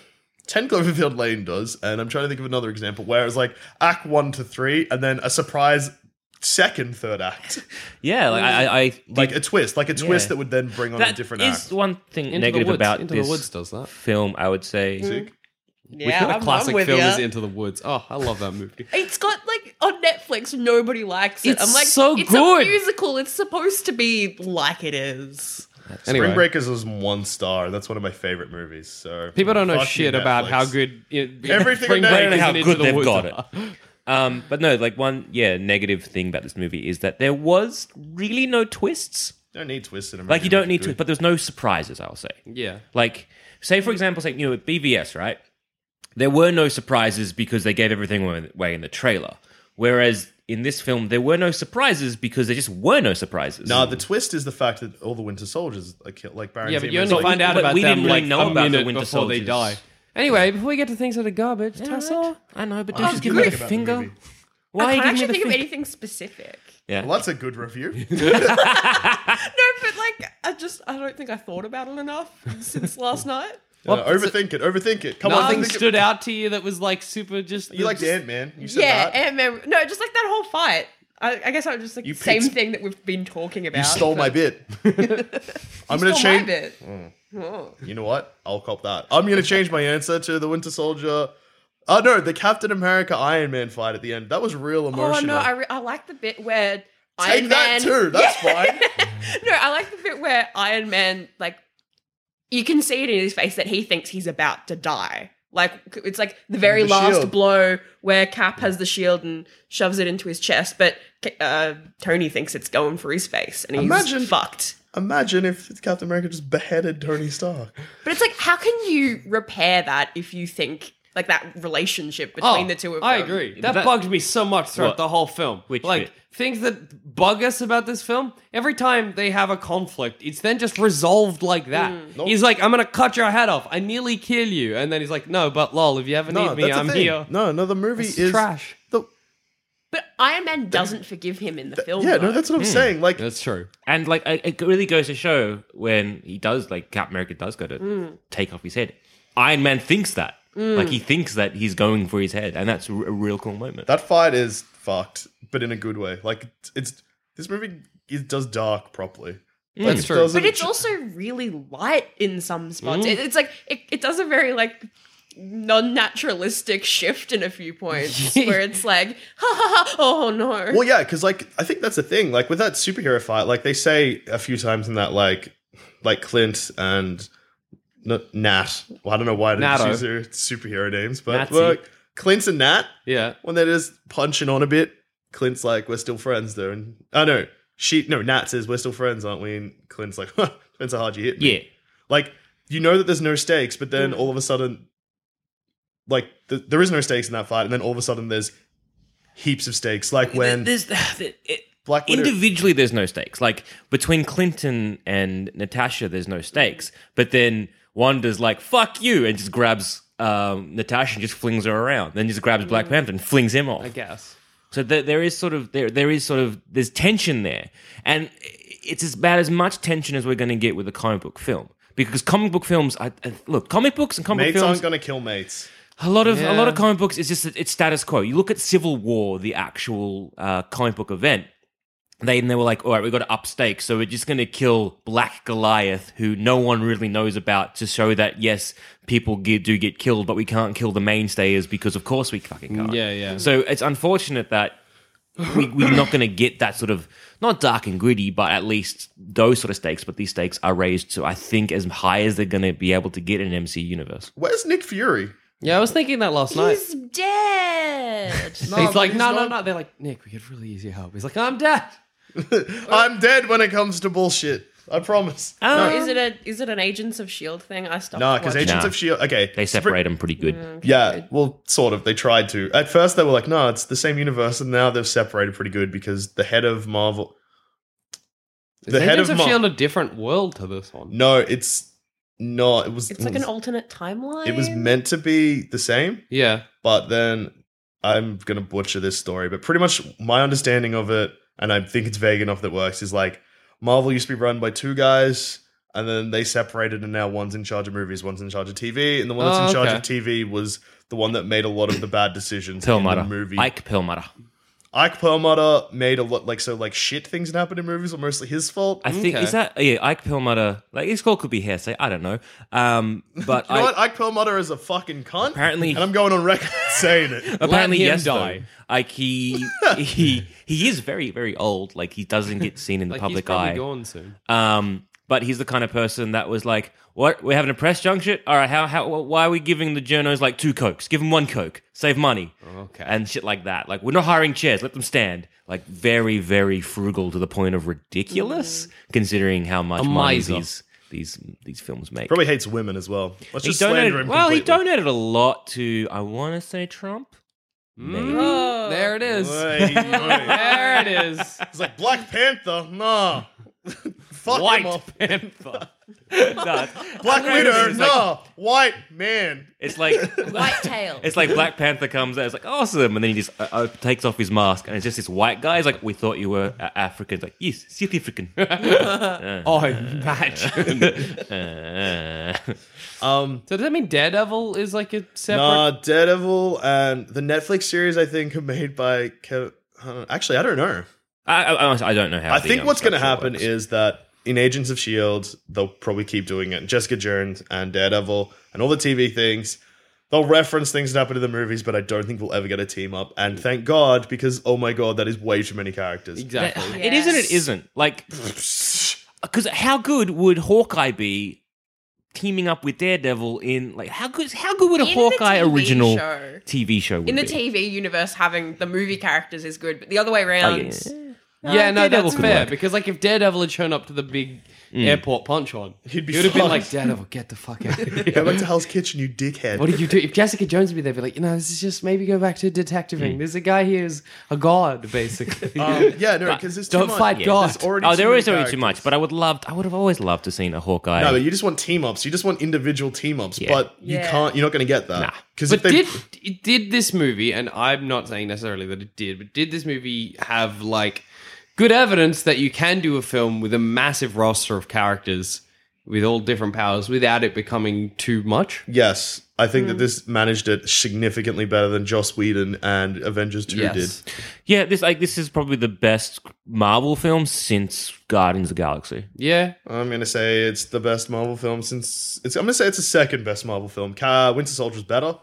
B: Ten Cloverfield Lane does, and I'm trying to think of another example where it was like Act One to Three, and then a surprise second third act,
C: yeah, like I, I, I
B: like
C: did-
B: a twist, like a twist
C: Yeah.
B: that would then bring on a
C: that
B: different
C: is
B: act.
C: one thing
D: Into
C: negative
D: the woods.
C: about
D: Into
C: this
D: the Woods does that.
C: film. I would say
B: Sick.
D: Which
E: yeah,
D: what a
E: I'm,
D: classic
E: I'm with
D: film
E: ya.
D: is Into the Woods. Oh, I love that movie.
E: It's got like on Netflix. Nobody likes it.
C: It's
E: I'm like,
C: so
E: it's
C: good.
E: a musical. It's supposed to be like it is.
D: Anyway,
B: Spring Breakers was one star. That's one of my favorite movies. So
D: people don't know
B: fuck you,
D: shit about
B: Netflix.
D: how good it,
B: Everything
D: Spring
B: about it.
D: Breakers
C: I don't know how
D: and Into
C: good
D: the
C: they've
D: Woods
C: got it.
D: are.
C: Um, but no, like one yeah negative thing about this movie is that there was really no twists.
B: You don't need twists in a movie.
C: Like you don't
B: It's
C: need
B: good.
C: to, but there's no surprises. I'll say.
D: Yeah.
C: Like, say for example, say you know with BVS, right? There were no surprises because they gave everything away- away in the trailer. Whereas in this film, there were no surprises because there just were no surprises.
B: No, the twist is the fact that all the Winter Soldiers are killed. Like Baron
D: Yeah, but you
B: Zemo's
D: only
B: like,
D: find out
C: but
D: about
C: we
D: them
C: didn't really
D: like
C: know
D: a
C: about the
D: minute
C: Winter
D: before they
C: Soldiers.
D: die. Anyway, before we get to things that are garbage, Tessa,
C: I know, but don't just give
B: good.
C: me the
B: About the
C: finger.
B: movie.
C: Why are
E: I
C: you
E: can't
C: giving me
E: actually
C: the
E: think of
C: finger?
E: anything specific.
B: Well, that's a good review.
E: No, but like I just I don't think I thought about it enough since last night.
B: Uh, overthink it. Overthink it. Come on,
D: nothing
B: think it-
D: stood out to you that was like super just.
B: You liked
D: just-
B: Ant Man. You said
E: Yeah,
B: that.
E: and man, no, just like that whole fight. I, I guess I was just like
B: You
E: the same
B: picked-
E: thing that we've been talking about.
B: you stole my bit. I'm gonna
E: Stole my
B: change.
E: bit. Oh.
B: You know what? I'll cop that. I'm gonna change my answer to the Winter Soldier. Oh no, the Captain America Iron Man fight at the end. That was real
E: Oh
B: emotional.
E: no, I, re- I like the bit where
B: Take
E: Iron
B: that
E: Man.
B: too. That's fine.
E: no, I like the bit where Iron Man like you can see it in his face that he thinks he's about to die. Like it's like the very
B: The
E: last
B: shield.
E: blow where Cap has the shield and shoves it into his chest, but uh, Tony thinks it's going for his face, and he's
B: Imagine-
E: fucked.
B: Imagine if Captain America just beheaded Tony Stark.
E: But it's like, how can you repair that if you think like that relationship between
B: Oh,
E: the two of them?
D: Oh, I agree. That,
C: That-
D: bugged me so much throughout
C: What?
D: the whole film.
C: Which
D: like
C: bit?
D: things that bug us about this film, every time they have a conflict, it's then just resolved like that. He's like, I'm gonna cut your head off. I nearly kill you. And then he's like, No, but lol, if you ever need me,
B: that's the
D: I'm
B: thing.
D: here.
B: No, no, the movie
D: It's
B: is
D: trash.
B: The,
E: But Iron Man doesn't forgive him in the film.
B: yeah,
E: though.
B: no, that's what I'm saying. Like,
D: Hmm. That's true.
C: And like it it really goes to show when he does like Captain America does go to take off his head. Iron Man thinks that. Like he thinks that he's going for his head, and that's a r- a real cool moment.
B: that fight is fucked, but in a good way. Like, it's, it's this movie it does dark properly. Like,
D: Hmm. That's
B: it
D: true.
B: doesn't-
E: but it's also really light in some spots. It, it's like it, it does a very like non-naturalistic shift in a few points where it's like, ha ha ha, oh no.
B: Well, yeah, because like I think that's the thing. Like with that superhero fight, like they say a few times in that, like like Clint and N- Nat. Well, I don't know why they
D: Natto.
B: use their superhero names, but
C: Nazi.
B: like Clint and Nat
D: Yeah.
B: when they're just punching on a bit. Clint's like, "We're still friends, though." And I know she no Nat says, "We're still friends, aren't we?" And Clint's like, "Depends how hard you hit." me."
C: yeah,
B: like you know that there's no stakes, but then
E: Mm.
B: all of a sudden, like th- there is no stakes in that fight, and then all of a sudden there's heaps of stakes, like when.
C: there's it,
B: Black Widow.
C: individually there's no stakes. Like between Clinton and Natasha, there's no stakes. But then Wanda's like "fuck you" and just grabs um, Natasha and just flings her around. Then just grabs Black Panther and flings him off.
D: I guess.
C: So there, there is sort of there there is sort of there's tension there, and it's as bad as much tension as we're going to get with a comic book film because comic book films, I, I, look, comic books and comic
B: Mates
C: films,
B: aren't going to kill mates.
C: a lot of a
D: Yeah.
C: lot of comic books is just it's status quo. You look at Civil War, the actual uh, comic book event. They and they were like, all right, we got to up stakes, so we're just going to kill Black Goliath, who no one really knows about, to show that yes, people get, do get killed, but we can't kill the mainstayers because of course we fucking can't.
D: Yeah, yeah.
C: So it's unfortunate that we, we're not going to get that sort of not dark and gritty, but at least those sort of stakes. But these stakes are raised to I think as high as they're going to be able to get in an MCU universe.
B: Where's Nick Fury?
D: Yeah, I was thinking that last night.
E: He's dead.
D: he's like,
B: he's
D: no,
B: not-
D: no, no. They're like, Nick, we could really use your help. He's like, I'm dead.
E: Uh,
B: I'm dead when it comes to bullshit. I promise.
E: Or Oh, is it a is it an Agents of Shield thing? I stopped.
B: No, because
E: watching.
B: Agents
C: Nah.
B: of Shield. E Okay,
C: They
B: it's pre-
C: separate them pretty good.
B: Yeah, well, sort of. They tried to. At first, they were like, "No, it's the same universe," and now they've separated pretty good because the head of Marvel.
D: Is
B: The head
D: Agents
B: of
D: of
B: Mar-
D: Shield a different world to this one?
B: No, it's not. It was.
E: it's like an alternate timeline.
B: Mm. It was meant to be the same,
D: Yeah.
B: but then I'm gonna butcher this story. But pretty much my understanding of it, and I think it's vague enough that works, is like Marvel used to be run by two guys, and then they separated, and now one's in charge of movies, one's in charge of TV, and the one that's
D: Oh,
B: in charge
D: okay.
B: of TV was the one that made a lot of the bad decisions
C: Perlmutter,
B: in the movie.
C: Ike Perlmutter.
B: Ike Perlmutter made a lot, like so, like shit things that happened in movies were mostly his fault.
C: I think
D: Okay.
C: is that oh, yeah Ike Perlmutter. Like his call could be hearsay. I don't know. Um, but
B: you know
C: I,
B: what? Ike Perlmutter is a fucking cunt.
C: Apparently-
B: and I'm going on record saying it.
C: apparently
D: him
C: yes
D: die.
C: though. Like he he he is very very old. Like he doesn't get seen in the
D: Like, he's
C: public
D: probably
C: eye.
D: gone soon.
C: Um, but he's the kind of person that was like, "What? We're having a press junket? All right, how? How? Why are we giving the journos like two cokes? Give them one coke, save money,
D: Okay.
C: and shit like that. Like we're not hiring chairs, let them stand. Like very, very frugal to the point of ridiculous, considering how much
D: A
C: money
D: miser.
C: these these these films make.
B: Probably hates women as well. Let's
C: he
B: just slander
C: donated.
B: him.
C: Well, he
B: completely.
C: donated a lot to. I want to say Trump.
B: Mm.
C: Maybe.
E: Oh.
D: Mm. There it is.
B: Wait, wait.
D: There it is.
B: It's like Black Panther, nah. Fuck him
D: White
B: off.
D: Panther.
C: No,
B: Black Widow,
C: It's like-
B: nah. White man.
C: It's like
E: White tail.
C: It's like Black Panther comes out, it's like awesome, and then he just uh, uh, takes off his mask, and it's just this white guy. He's like, "We thought you were uh, African." It's like, yes, South African.
D: Oh, imagine.
C: Uh,
B: Um,
D: so does that mean Daredevil is like a separate?
B: nah, Daredevil and the Netflix series I think are made by Kevin. Uh, actually, I don't know.
C: I, I, honestly, I don't know how.
B: I
C: the,
B: think
C: um,
B: what's going to
C: structure
B: happen
C: works.
B: is that in Agents of Shield, E they'll probably keep doing it. Jessica Jones and Daredevil and all the TV things. They'll reference things that happen in the movies, but I don't think we'll ever get a team up. And thank God, because oh my god, that is way too many characters.
D: exactly.
C: it is and it isn't. Like, because how good would Hawkeye be teaming up with Daredevil in like how good how good would a
E: In the
C: Hawkeye
E: TV
C: original
E: show.
C: TV show would
E: in the
C: be?
E: TV universe, having the movie characters is good, but the other way
C: Oh,
E: around,
C: yeah.
D: yeah, no,
C: Daredevil
D: that's
C: could
D: fair
C: work.
D: because like if Daredevil had shown up to the big airport punch on,
B: Mm. He'd be
D: it would have been
B: fine.
D: like Daredevil, get the fuck out. of here.
B: Go back to Hell's Kitchen, you dickhead.
D: What do you do? If Jessica Jones would be there, be like, you know, this is just maybe go back to detectiving. There's a guy here who's a god, basically.
B: Hmm. Um, yeah, no, because there's too
D: Don't
B: much.
D: fight God.
B: There's already
C: Oh,
B: too
C: there
B: many
C: is already too
B: characters.
C: much, but I would love I would have always loved to seen a Hawkeye.
B: No, but you just want team ups. You just want individual team ups,
C: Yeah.
B: but you
E: Yeah.
B: can't. You're not going to get
C: Nah.
B: that. Because
D: But
B: if they
D: did it did this movie, and I'm not saying necessarily that it did, but did this movie have like good evidence that you can do a film with a massive roster of characters with all different powers without it becoming too much?
B: yes, I think that this managed it significantly better than Joss Whedon and Avengers Two did.
C: yeah, this like this is probably the best Marvel film since Guardians of the Galaxy.
D: Yeah.
B: I'm going to say it's the best Marvel film since it's. I'm going to say it's the second best Marvel film. Ca- Winter Soldier's better.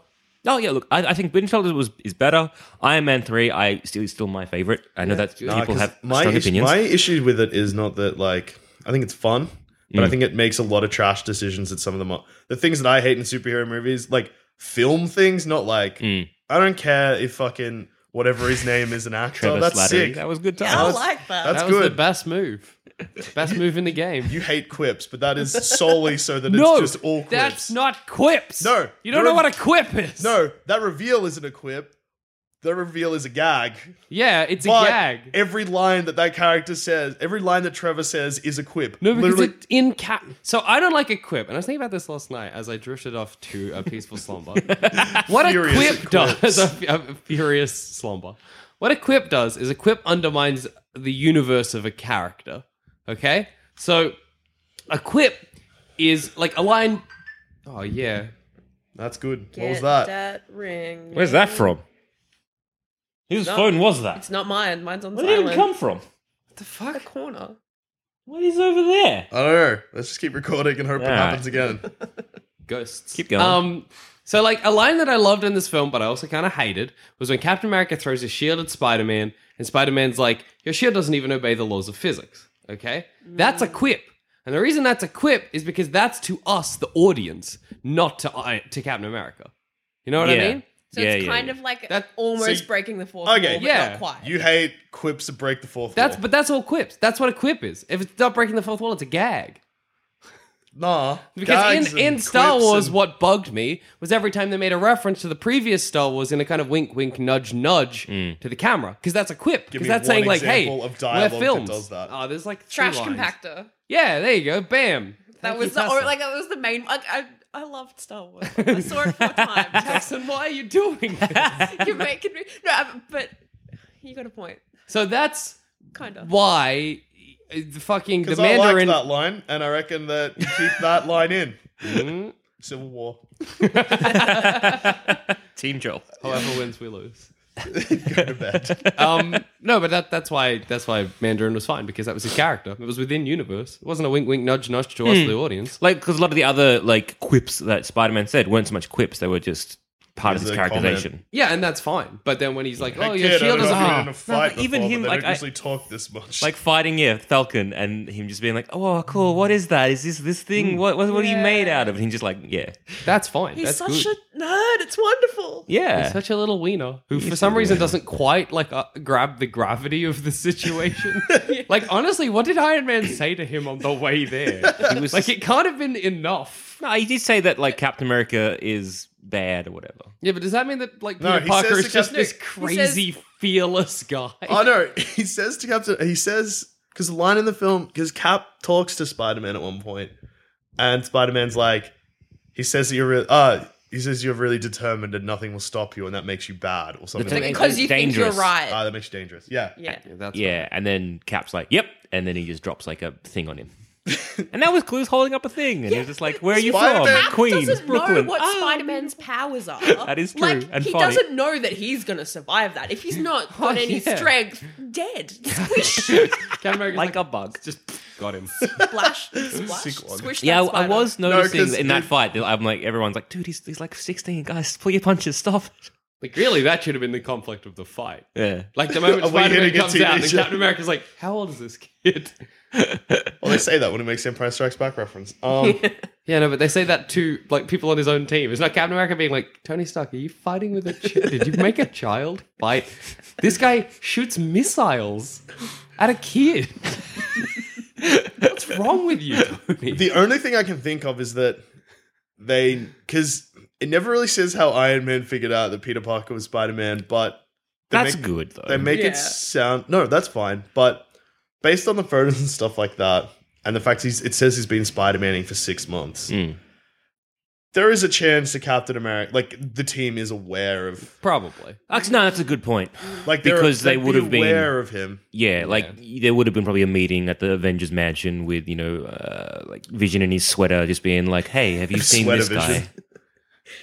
C: Oh yeah, look, I, I think Winterfelder was is better. Iron Man three, I still is still my favorite. I know that
B: Nah,
C: people
B: 'cause
C: have
B: my
C: strong
B: issue,
C: opinions.
B: my issue with it is not that like I think it's fun, but
D: Mm.
B: I think it makes a lot of trash decisions that some of them are the things that I hate in superhero movies, like film things, not like
D: Mm.
B: I don't care if fucking whatever his name is an actor.
C: Trevor
B: that's
C: Slattery,
B: sick.
C: that was good
E: I
C: time.
B: was-
E: like that.
B: that's
D: that was the
B: good.
D: best move. Best move in the game.
B: you hate quips, but that is solely so that
D: no,
B: it's just all quips.
D: that's not quips.
B: No,
D: you don't
B: you're
D: know
B: a-
D: what a quip is.
B: no, that reveal isn't a quip. The reveal is a gag.
D: yeah, it's
B: but
D: a gag.
B: every line that that character says, every line that Trevor says, is a quip.
D: No, because
B: Literally,
D: it in cap. So I don't like a quip, and I was thinking about this last night as I drifted off to a peaceful slumber. what a
B: Furious
D: quip
B: at
D: does,
B: quips.
D: a, a furious slumber. What a quip does is a quip undermines the universe of a character. Okay, so a quip is like a line. Oh yeah,
B: that's good.
E: Get
B: what was that?
E: ring.
C: Where's that from? Whose phone was that?
E: It's not mine. Mine's on
C: Where
E: silent.
C: did it come from?
E: the fuck? The corner.
C: What is over there?
B: I don't know. Let's just keep recording and hope it
C: Alright.
B: happens again.
D: ghosts.
C: Keep going.
D: Um, so like a line that I loved in this film, but I also kind of hated, was when Captain America throws his shield at Spider Man, and Spider Man's like, "Your shield doesn't even obey the laws of physics." Okay, that's a quip, and the reason that's a quip is because that's to us, the audience, not to I- to Captain America. You know what
C: Yeah.
D: I mean?
E: So
C: Yeah,
E: it's
C: yeah,
E: kind
C: yeah.
E: of like
D: That-
E: almost
B: so you-
E: breaking the fourth
B: Okay,
E: wall, but
D: yeah.
E: not quite.
B: You hate quips that break the fourth
D: That's
B: wall.
D: but that's all quips. That's what a quip is. If it's not breaking the fourth wall, it's a gag.
B: nah.
D: Because
B: gags
D: in, in
B: and
D: Star
B: quips
D: Wars,
B: and-
D: what bugged me was every time they made a reference to the previous Star Wars in a kind of wink, wink, nudge, nudge to the camera, because that's a quip.
B: Hmm. Give
D: Because
B: me
D: that's
B: one
D: saying like, "Hey,
B: example of
D: we're
B: dialogue that
D: films."
B: does that.
D: Oh, there's like three
E: Trash
D: lines.
E: compactor.
D: Yeah, there you go. Bam.
E: That was the, or like that was the main. Like, I I loved Star Wars. I saw it four times.
D: Jackson, why are you doing this?
E: You're making me no, I- but you got a point,
D: so that's
E: kind of.
D: why uh, the fucking the
B: 'Cause I liked
D: Mandarin.
B: that line, and I reckon that you keep that line in.
D: Mhm.
B: Civil War.
C: Team Joel.
D: However wins, we lose.
B: Go to bed.
D: um, no, but that, that's why that's why Mandarin was fine because that was his character. It was within universe. It wasn't a wink, wink, nudge, nudge to
B: Hmm.
D: us, the audience.
C: Like, because a lot of the other like quips that Spider-Man said weren't so much quips; they were just part of
B: As
C: his
B: a comment.
C: characterization.
D: Yeah, and that's fine. But then when he's like, "Oh,
B: Hey,
D: your
B: kid, I
D: shield
B: don't
D: is
B: know if you've been
D: a
B: in a fight
C: but even
B: before,
C: him,
B: but they
C: like,
B: don't
C: I-
B: usually talk this much.
C: Like fighting, yeah, Falcon, and him just being like, "Oh, cool. What is that? Is this this thing? What what, what are you made out of?" And he just like, Mm. "Yeah,
D: that's fine."
E: He's
D: that's
E: such
D: good.
E: a nerd. It's wonderful.
D: He's
C: yeah."
D: such a little wiener who, for some reason, doesn't quite like uh, grab the gravity of the situation. Like, honestly, what did Iron Man say to him on the way there?
C: He was
D: like, it can't have been enough.
C: No, he did say that like Captain America is bad or whatever.
D: Yeah, but does that mean that like
B: No,
D: Peter
B: he
D: Parker
B: says
D: is
B: to
D: just
B: Captain-
D: this
E: No, he says-
D: crazy fearless guy?
B: Oh no, he says to Captain. He says because the line in the film because Cap talks to Spider Man at one point, and Spider Man's like, he says that you're really, uh, he says you're really determined and nothing will stop you, and that makes you bad or something.
C: Determined-
B: like
E: Because you think
C: Dangerous.
E: you're right.
B: Ah, that makes you dangerous. Yeah,
E: yeah.
D: Yeah, that's
C: yeah, and then Cap's like, "Yep," and then he just drops like a thing on him. and that was Clues holding up a thing, and he was just like, "Where are you
B: Spider-Man-
C: from?
E: Cap
C: Queens,
E: doesn't
C: Brooklyn."
E: know what
C: Ah.
E: Spider-Man's powers are. That
C: is true,
E: Oh. Like,
C: and
E: he
C: funny.
E: doesn't know that he's going to survive that. If he's not got any
D: yeah.
E: strength, dead. Squish,
D: Captain America's
C: like
B: uh,
D: like,
C: a bug. Just
D: got him.
E: splash, splash,
B: Sick one.
E: squish.
C: yeah,
E: that
C: I- I
E: spider.
C: was noticing
B: 'cause
C: in that
B: they-
C: fight. that I'm like, everyone's like, "Dude, he's, he's like 16, guys, pull your punches, stop."
D: Like really, that should have been the conflict of the fight.
C: Yeah.
D: Like the moment
B: Are we
D: Spider-Man
B: hitting a
D: comes out,
B: TV
D: and
B: show?
D: Captain America's like, "How old is this kid?"
B: Well, they say that when it makes the Empire Strikes Back reference. Um,
D: yeah, no, but they say that to like people on his own team. It's not Captain America being like, "Tony Stark, are you fighting with a child? Did you make a child fight?" This guy shoots missiles at a kid. What's wrong with you, Tony?
B: the only thing I can think of is that they, because it never really says how Iron Man figured out that Peter Parker was Spider Man, but they
C: That's
B: make-
C: good though.
B: They make
E: Yeah.
B: it sound no, that's fine. But based on the photos and stuff like that, and the fact he's it says he's been Spider Maning for six months,
C: Mm.
B: there is a chance the Captain America, like the team, is aware of
D: Probably.
C: Actually, no, that's a good point.
B: like they're-
C: Because they
B: they'd
C: would
B: be
C: have been-
B: aware of him.
C: Yeah, like there would have been probably a meeting at the Avengers mansion with you know, uh, like Vision in his sweater, just being like, "Hey, have you seen
B: Sweater
C: this guy?
B: Vision.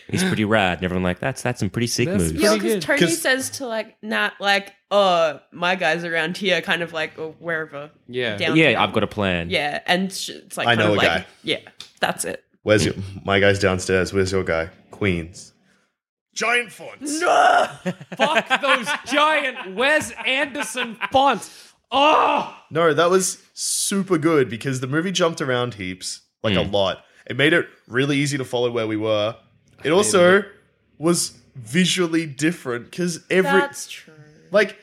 C: He's pretty rad." And everyone like, "That's that's some pretty sick
D: That's
C: moves."
E: Yeah,
D: pretty
E: because
D: good.
E: Tony
B: 'Cause-
E: says to like Nat, like, "Uh, my guys around here," kind of like or wherever.
D: Yeah.
E: Down
C: Yeah, I've got a plan.
E: Yeah, and sh- it's like
B: I
E: kind
B: know
E: of
B: a
E: like,
B: guy.
E: Yeah, that's it.
B: Where's your my guy's downstairs? Where's your guy? Queens. Giant fonts.
D: Fuck those giant Wes Anderson fonts. Oh,
B: No, that was super good because the movie jumped around heaps, like
C: Mm.
B: a lot. It made it really easy to follow where we were. It also was visually different because every
E: That's true.
B: like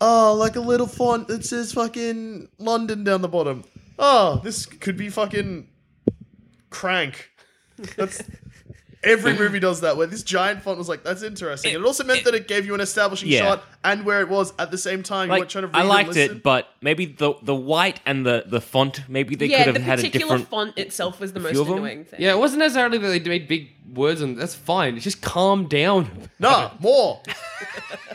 B: oh, like a little font that says fucking London down the bottom. Oh, this could be fucking crank. That's every movie does that. Where this giant font was like, that's interesting. and it also meant that it gave you an establishing
C: Yeah.
B: shot and where it was at the same time. you
C: Like,
B: weren't trying to read
C: I
B: and
C: liked
B: listen.
C: it, but maybe the the white and the the font, maybe they
E: yeah,
C: could
E: the
C: have had a
E: particular
C: different.
E: font itself was the most
C: few of 'em?
E: annoying thing.
D: yeah. It wasn't necessarily that they made big words, and that's fine. It's just calm down.
B: Nah, more.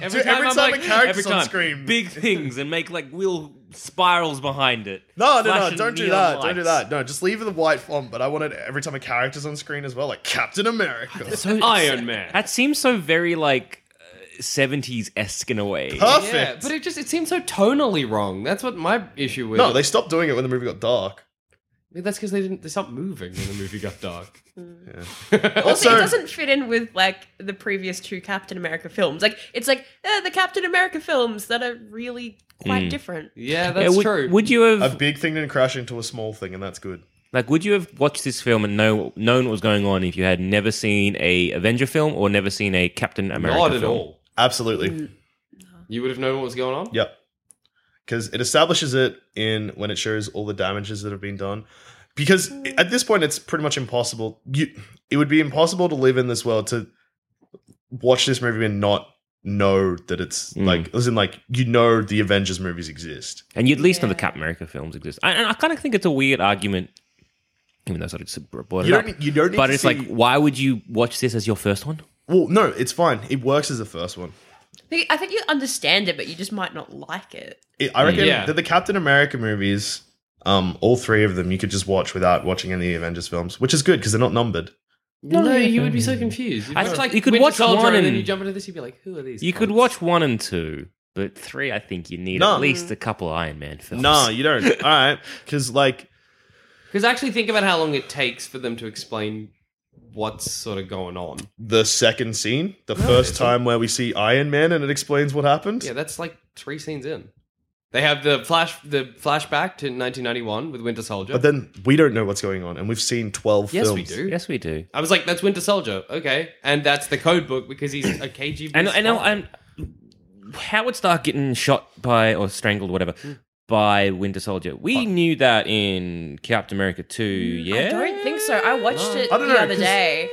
D: Every
B: Dude, every time a character's
C: every
B: on
C: time,
B: screen.
C: big things and make like wheel spirals behind it.
B: No, no, no!
C: Flashing
B: Don't do
C: neon
B: that! Don't do
C: lights.
B: that! No, just leave the white font. But I wanted every time a character's on screen as well, like Captain America.
C: So
D: Iron Man.
C: That seems so very like seventies esque in a way.
B: Perfect.
D: Yeah, but it just it seems so tonally wrong. That's what my issue with.
B: no,
D: it.
B: they stopped doing it when the movie got dark.
D: Maybe that's because they didn't. They stopped moving when the movie got dark.
E: Also,
B: Also-
E: it doesn't fit in with like the previous two Captain America films. Like, it's like eh, the Captain America films that are really
C: Mm.
E: quite different.
D: Yeah,
C: Yeah,
D: that's
C: would,
D: true.
C: Would you
B: A
C: have
B: big thing didn't crash into a small thing, and that's good.
C: like would you have watched this film and know known what was going on if you had never seen a Avenger film or never seen a Captain America?
D: Not at
C: film?
D: all.
B: Absolutely.
D: You would have known what was going on.
B: Yep. Because it establishes it in when it shows all the damages that have been done. Because at this point, it's pretty much impossible. You, it would be impossible to live in this world to watch this movie and not know that it's
C: Mm.
B: like, as in, like, you know, the Avengers movies exist.
C: And you at least know the Captain America films exist. I, and I kind of think it's a weird argument, even though I sort of just brought it
B: You
C: up.
B: don't, need- you don't need
C: but
B: to
C: it's
B: see-
C: like, why would you watch this as your first one?
B: well, no, it's fine. It works as the first one.
E: I think- I think you understand it, but you just might not like it.
B: It, I reckon
D: Yeah.
B: that the Captain America movies, um, all three of them, you could just watch without watching any Avengers films, which is good because they're not numbered.
D: No, you would be so confused. You'd
C: I
D: be
C: think
D: like
C: you could
D: Winter
C: watch
D: Soldier,
C: one
D: and then
C: and-
D: you jump into this, you'd be like, "Who are these?"
C: You could
D: cunts?
C: watch one and two, but three, I think you need
B: No.
C: at least a couple Iron Man films.
B: No, you don't. all right, because like
D: Because actually, think about how long it takes for them to explain what's sort of going on.
B: the second scene, the first time where we see Iron Man and it explains what happened.
D: Oh, Yeah, that's like three scenes in. They have the flash, the flashback to 1991 with Winter Soldier.
B: But then we don't know what's going on, and we've seen twelve.
D: yes,
B: films.
D: we do.
C: Yes, we do.
D: I was like, "That's Winter Soldier." Okay, and that's the code book because he's a KGB.
C: And I know
D: spy.
C: I'm Howard Stark getting shot by or strangled, whatever,
E: Hmm.
C: by Winter Soldier. We knew that in Captain America 2, yeah.
E: Mm, I don't think so. I watched it
B: I
E: the
B: don't know,
E: other
B: 'cause-
E: day.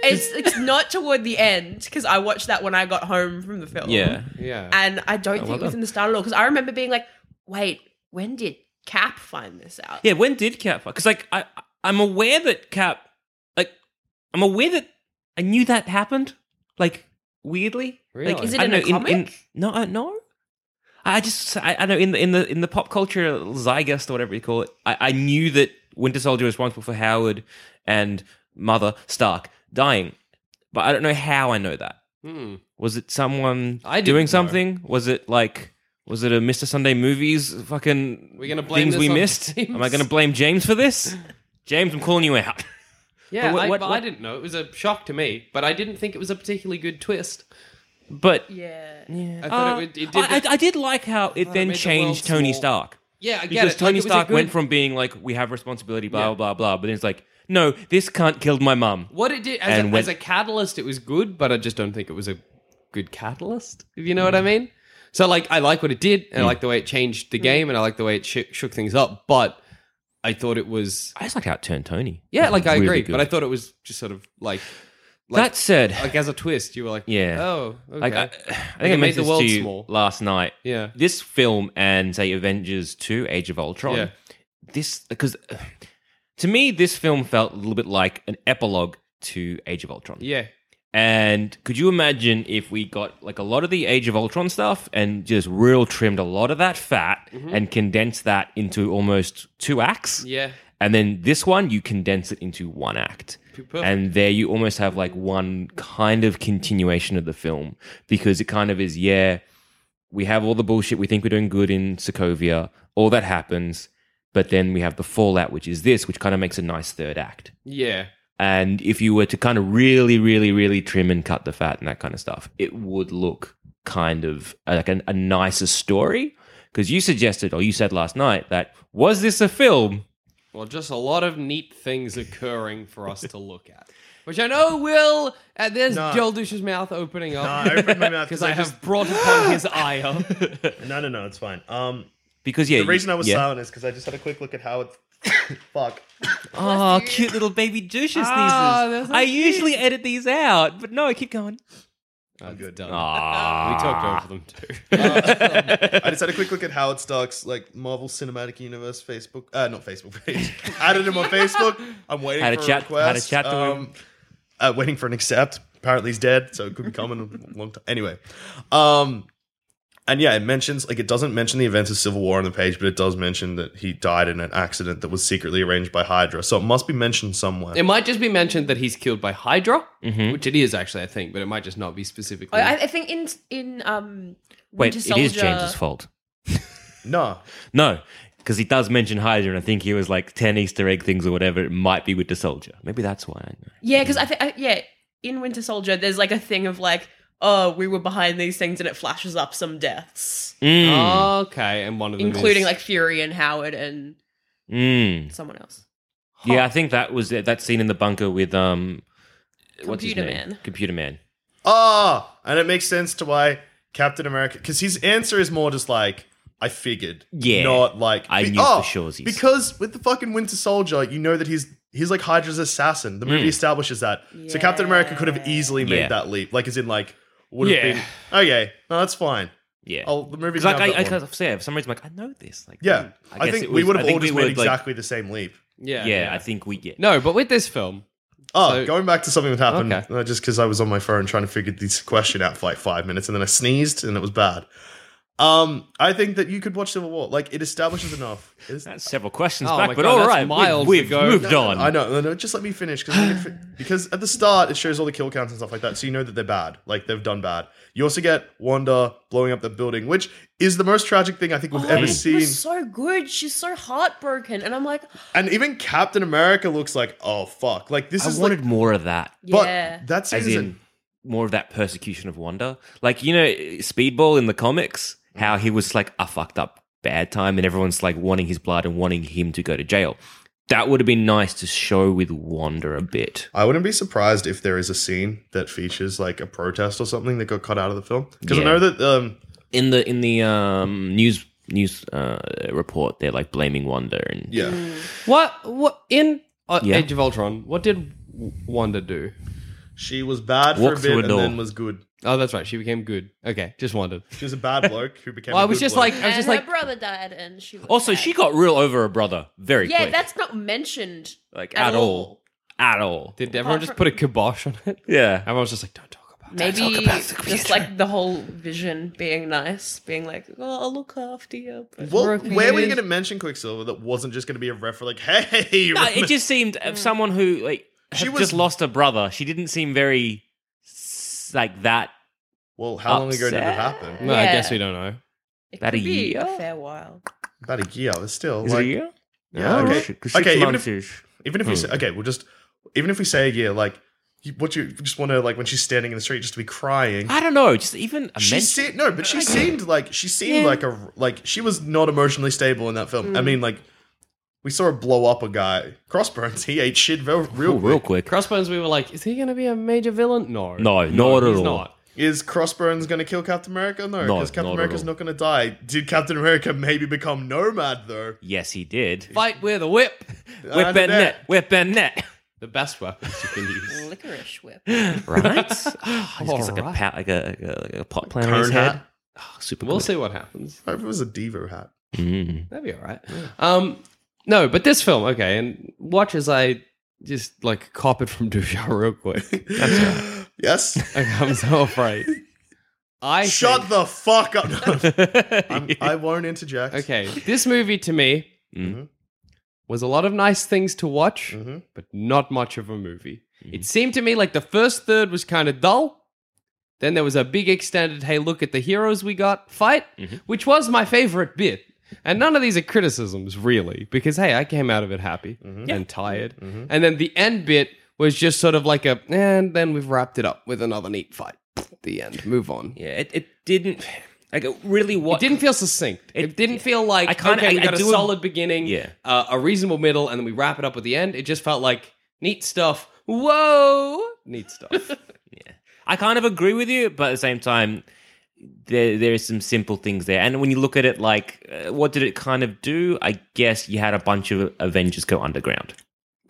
E: It's it's not toward the end because I watched that when I got home from the film.
C: Yeah. Oh,
D: Yeah.
E: and I don't think
C: well
E: it was
C: done.
E: in the start at all because I remember being like, "Wait, when did Cap find this out?"
C: Yeah, when did Cap Because like I I'm aware that Cap like I'm aware that I knew that happened. Like weirdly. Like,
D: Really? Is
E: it
C: I
E: in
C: don't
E: a
C: know, In, in,
E: comic?
C: no, uh, no. I just I, I know in the in the in the pop culture zeitgeist or whatever you call it, I, I knew that Winter Soldier was responsible for Howard and Mother Stark dying. But I don't know how I know that.
D: Hmm.
C: Was it someone
D: I didn't
C: doing
D: know.
C: something? Was it like was it a Mr. Sunday movies fucking
D: We're gonna blame
C: things
D: this
C: we
D: on
C: missed?
D: James.
C: Am I gonna blame James for this? James, I'm calling you out.
D: Yeah,
C: what-
D: I,
C: what-
D: but I
C: what-
D: didn't know. It was a shock to me, but I didn't think it was a particularly good twist.
C: But
E: Yeah.
D: I thought
C: uh,
D: it, would- it did.
C: I, I, I did like how it then
D: made the
C: changed
D: world
C: Tony
D: small.
C: Stark.
D: yeah, I get
C: Because
D: it.
C: Tony
D: Like, it was a
C: Stark went
D: good-
C: from being like, we have responsibility, blah,
D: Yeah.
C: blah, blah, but then it's like, no, this cunt killed my mum.
D: what it did as,
C: and
D: a,
C: went-
D: as a catalyst. It was good, but I just don't think it was a good catalyst. If you know
C: Mm.
D: what I mean. So like, I like what it did, and I like the way it changed the game, and I like the way it sh- shook things up. But I thought it was
C: I just like how it turned Tony.
D: yeah, like I
C: Really
D: agree,
C: good.
D: but I thought it was just sort of like
C: that said,
D: like as a twist. You were like,
C: Yeah.
D: oh, okay,
C: like, I, I think
D: it
C: I
D: made
C: made
D: the
C: this
D: world
C: to you
D: small.
C: last night.
D: yeah,
C: This film and say Avengers Two: Age of Ultron.
D: Yeah.
C: This because to me this film felt a little bit like an epilogue to Age of Ultron.
D: yeah,
C: And could you imagine if we got like a lot of the Age of Ultron stuff and just real trimmed a lot of that fat
D: Mm-hmm.
C: and condensed that into almost two acts?
D: yeah.
C: And then this one, you condense it into one act.
D: Perfect.
C: And there you almost have like one kind of continuation of the film because it kind of is, yeah, we have all the bullshit we think we're doing good in Sokovia, all that happens, but then we have the fallout, which is this, which kind of makes a nice third act.
D: Yeah.
C: And if you were to kind of really, really, really trim and cut the fat and that kind of stuff, it would look kind of uh, like a, a nicer story. Because you suggested, or you said last night, that was this a film?
D: Well, just a lot of neat things occurring for us to look at. Which I know will. And there's
B: No.
D: Joel Dush's mouth opening up.
B: I opened my mouth
D: Because
B: 'cause I
D: I have
B: just-
D: brought upon his ire.
B: No, no, no, it's fine. Um,
C: Because yeah,
B: the reason I was
C: yeah.
B: silent is because I just had a quick look at how it. Fuck.
C: Oh, cute little baby douche sneezes.
D: Ah, they're so
C: I
D: cute.
C: usually edit these out, but no, I keep going.
D: I'm
B: good.
D: Done.
C: Aww.
D: We talked over them
C: Ah.
D: too.
B: Uh, um, I just had a quick look at Howard Stark's like Marvel Cinematic Universe Facebook, uh, not Facebook page. Added him on Facebook. I'm waiting
C: Had a
B: for
C: chat-
B: a request.
C: had a chat to him.
B: uh, waiting for an accept. Apparently he's dead, so it could be coming in a long time. Anyway, um, and yeah, it mentions like it doesn't mention the events of Civil War on the page, but it does mention that he died in an accident that was secretly arranged by Hydra. So it must be mentioned somewhere.
D: it might just be mentioned that he's killed by Hydra, which it is actually, I think, but it might just not be specifically.
E: I, I think in in um
C: Wait, it
E: Winter
C: is
E: Soldier-
C: James's fault.
B: no,
C: No, because he does mention Hydra, and I think he was like ten Easter egg things or whatever. It might be with the soldier. Maybe that's why. I know.
E: Yeah, because I think yeah, in Winter Soldier, there's like a thing of like, oh, we were behind these things, and it flashes up some deaths,
D: Mm. Oh. okay, and one of them
E: including
D: is-
E: like Fury and Howard and
C: Mm.
E: someone else.
C: Yeah, I think that was it. that scene in the bunker with um, what's his
E: Computer
C: name?
E: Man.
C: Computer Man.
B: Ah, and it makes sense to why Captain America, because his answer is more just like, I figured.
C: Yeah.
B: Not like,
C: I
B: be-
C: knew for
B: oh,
C: suresies.
B: Because with the fucking Winter Soldier, you know that he's he's like Hydra's assassin. The movie establishes that. So Captain America could have easily made
C: Mm. Yeah.
B: that leap. Like, as in, like, would have
D: Yeah.
B: been, okay, no, that's fine.
C: Yeah.
B: Oh, the movie's
C: 'Cause, like
B: now
C: I,
B: got
C: I,
B: one.
C: kind of say, for some reason, like I know this. Like
B: Yeah. I,
C: guess
B: think
C: it
B: we
C: was-
B: would have
C: I think
B: all just
C: we
B: made
C: would, like-
B: exactly the same leap.
D: Yeah,
C: yeah, I think we get.
D: No, but with this film,
B: Oh,
D: So-
B: going back to something that happened
D: Okay.
B: uh, just because I was on my phone trying to figure this question out for like five minutes and then I sneezed and it was bad. Um, I think that you could watch Civil War. Like it establishes enough. It's-
C: That's several questions
D: Oh
C: back,
D: my
C: but
D: God,
C: all
D: that's
C: right,
D: miles
C: we've, we've
D: ago.
C: moved on.
B: I know. No, no, just let me finish because because at the start it shows all the kill counts and stuff like that, so you know that they're bad. Like they've done bad. You also get Wanda blowing up the building, which is the most tragic thing I think we've
C: Oh.
B: ever
E: It
B: seen.
E: was so good. She's so heartbroken, and I'm like,
B: and even Captain America looks like, oh fuck, like this
C: I
B: is
C: wanted
B: like.
C: more of that,
B: But
E: yeah,
B: that scene
C: as
B: is
C: in more of that persecution of Wanda. Like you know, Speedball in the comics,
B: Mm-hmm.
C: how he was like a fucked up bad time, and everyone's like wanting his blood and wanting him to go to jail. That would have been nice to show with Wanda a bit.
B: I wouldn't be surprised if there is a scene that features like a protest or something that got cut out of the film because I
C: Yeah.
B: know that um,
C: In the in the um, news news uh, report, they're like blaming Wanda and
B: yeah,
D: what what in uh,
C: Yeah.
D: Age of Ultron? What did W- Wanda do?
B: she was bad for a
C: Walked
B: bit
C: through a
B: and
C: door.
B: then was good.
D: Oh, that's right. She became good. Okay, just wondered.
B: She was a bad bloke who became.
D: Well,
B: a
D: I was
B: good
D: just
B: bloke.
D: like, I was
E: and
D: just
E: her
D: like,
E: brother died, and she. Was
C: also
E: sad.
C: she got real over her brother very
E: Yeah,
C: quick,
E: that's not mentioned
C: like
E: at, all.
C: at all.
D: did everyone just put a kibosh on it?
C: Yeah,
D: Everyone was just like, don't talk about. it.
E: Maybe just like the whole vision being nice, being like, "Oh, I'll look after you." but
B: Well,
E: we're
B: where were you
E: okay."
B: going to mention Quicksilver that wasn't just going to be a ref for like, hey, you
C: No,
B: remember-
C: it just seemed uh, someone who like had
B: She was-
C: just lost her brother. She didn't seem very s- like that.
B: well, how long ago did it
C: upset.
B: happen?
D: No, I
E: Yeah.
D: guess we don't know.
E: It
C: About
E: could
C: a
E: be
C: year?
E: a fair while.
B: About a year, but still.
C: Is
B: like-
C: it you?
B: Yeah, okay.
C: Six
B: Okay, even
C: months Hmm.
B: if, even if you say, okay, we'll just even if we say a year, like, you, what you just want to like when she's standing in the street just to be crying.
C: I don't know. Just even a
B: She
C: mention-
B: said no, but she seemed like she seemed
E: Yeah.
B: like a like she was not emotionally stable in that film. I mean, like we saw her blow up a guy. Crossbones, he ate shit real, real,
C: Ooh, real quick.
D: Crossbones, we were like, is he going to be a major villain? No.
C: No, not at
D: he's
C: all.
D: Not.
B: Is Crossbones going to kill Captain America? No,
C: No,
B: because
C: not
B: Captain
C: at
B: America's
C: all.
B: not going to die. Did Captain America maybe become Nomad though?
C: Yes, he did.
D: Fight with a whip.
C: Whip and net. Whip and net.
D: The best weapons you can use.
E: Licorice whip.
C: Right? oh, he just gets like,
D: Alright.
C: a pat, like, a, like a like a pot plant on
B: Cone
C: his head.
B: hat.
C: Oh, super
D: We'll
C: good.
D: see what happens.
B: I hope it was a Devo hat.
C: Mm.
D: That'd be all right. Um, no, but this film, okay, and watch as I just like cop it from Dusha real quick.
B: yes.
D: Like, I'm so afraid. I
B: Shut the fuck up. No, I'm-
D: the.
B: I won't interject.
D: okay, this movie to me
C: Mhm.
D: was a lot of nice things to watch,
B: Mhm.
D: but not much of a movie. It seemed to me like the first third was kind of dull. Then there was a big extended, hey, look at the heroes we got fight, which was my favorite bit. And none of these are criticisms, really, because hey, I came out of it happy and tired. And then the end bit was just sort of like a, and then we've wrapped it up with another neat fight. The end. Move on.
C: Yeah, it, it didn't. Like, it really
D: It
C: what.
D: didn't feel succinct. It,
C: It-
D: didn't feel like
C: I kinda-
D: okay, we
C: I- I
D: got a
C: do-
D: solid beginning,
C: Yeah.
D: uh, a reasonable middle, and then we wrap it up at the end. It just felt like neat stuff. Whoa, neat stuff.
C: I kind of agree with you, but at the same time, there there is some simple things there. And when you look at it, like, uh, what did it kind of do? I guess you had a bunch of Avengers go underground.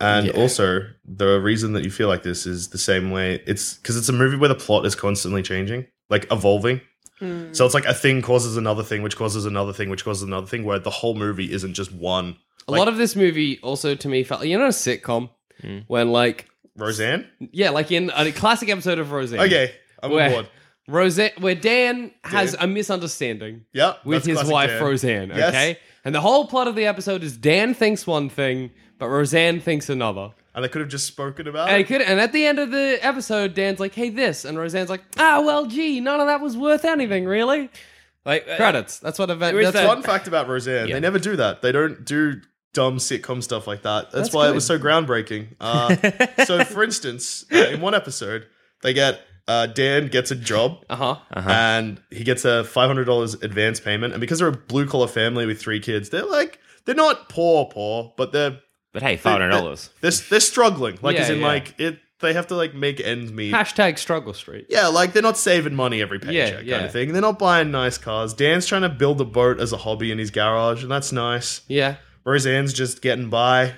B: And also, the reason that you feel like this is the same way it's because it's a movie where the plot is constantly changing, like evolving.
D: Hmm.
B: So it's like a thing causes another thing, which causes another thing, which causes another thing, where the whole movie isn't just one.
D: a lot of this movie also to me felt you know a sitcom
C: Mm.
D: when like
B: Roseanne?
D: yeah, like in a classic episode of Roseanne.
B: Okay, I'm on
D: Where-
B: board.
D: Roseanne, where Dan has
B: Dan.
D: a misunderstanding
B: Yep.
D: with
B: that's
D: his
B: classic
D: wife
B: Dan.
D: Roseanne.
B: Yes.
D: Okay, and the whole plot of the episode is Dan thinks one thing, but Roseanne thinks another.
B: And I could have just spoken about
D: And, it
B: it.
D: could, and at the end of the episode, Dan's like, "Hey, this," and Roseanne's like, "Ah, well, gee, none of that was worth anything, really."
C: Like, uh,
D: Credits. That's what. Event,
C: There is
D: that's
C: that-
D: what
B: Fun fact about Roseanne:
C: Yeah.
B: they never do that. They don't do dumb sitcom stuff like that. That's,
D: That's
B: why
D: good.
B: it was so groundbreaking. Uh, so, for instance, uh, in one episode, they get uh, Dan gets a job.
D: uh huh.
C: Uh-huh.
B: and he gets a five hundred dollars advance payment. And because they're a blue collar family with three kids, they're like they're not poor, poor, but they're
C: But hey, five hundred dollars.
B: they're, they're struggling. Like as
D: Yeah,
B: in
D: yeah.
B: like it, they have to like make ends meet.
D: Mm-hmm. Hashtag Struggle Street.
B: yeah, like they're not saving money every paycheck kind
D: yeah.
B: of thing. They're not buying nice cars. Dan's trying to build a boat as a hobby in his garage, and that's nice.
D: Yeah.
B: Roseanne's just getting by.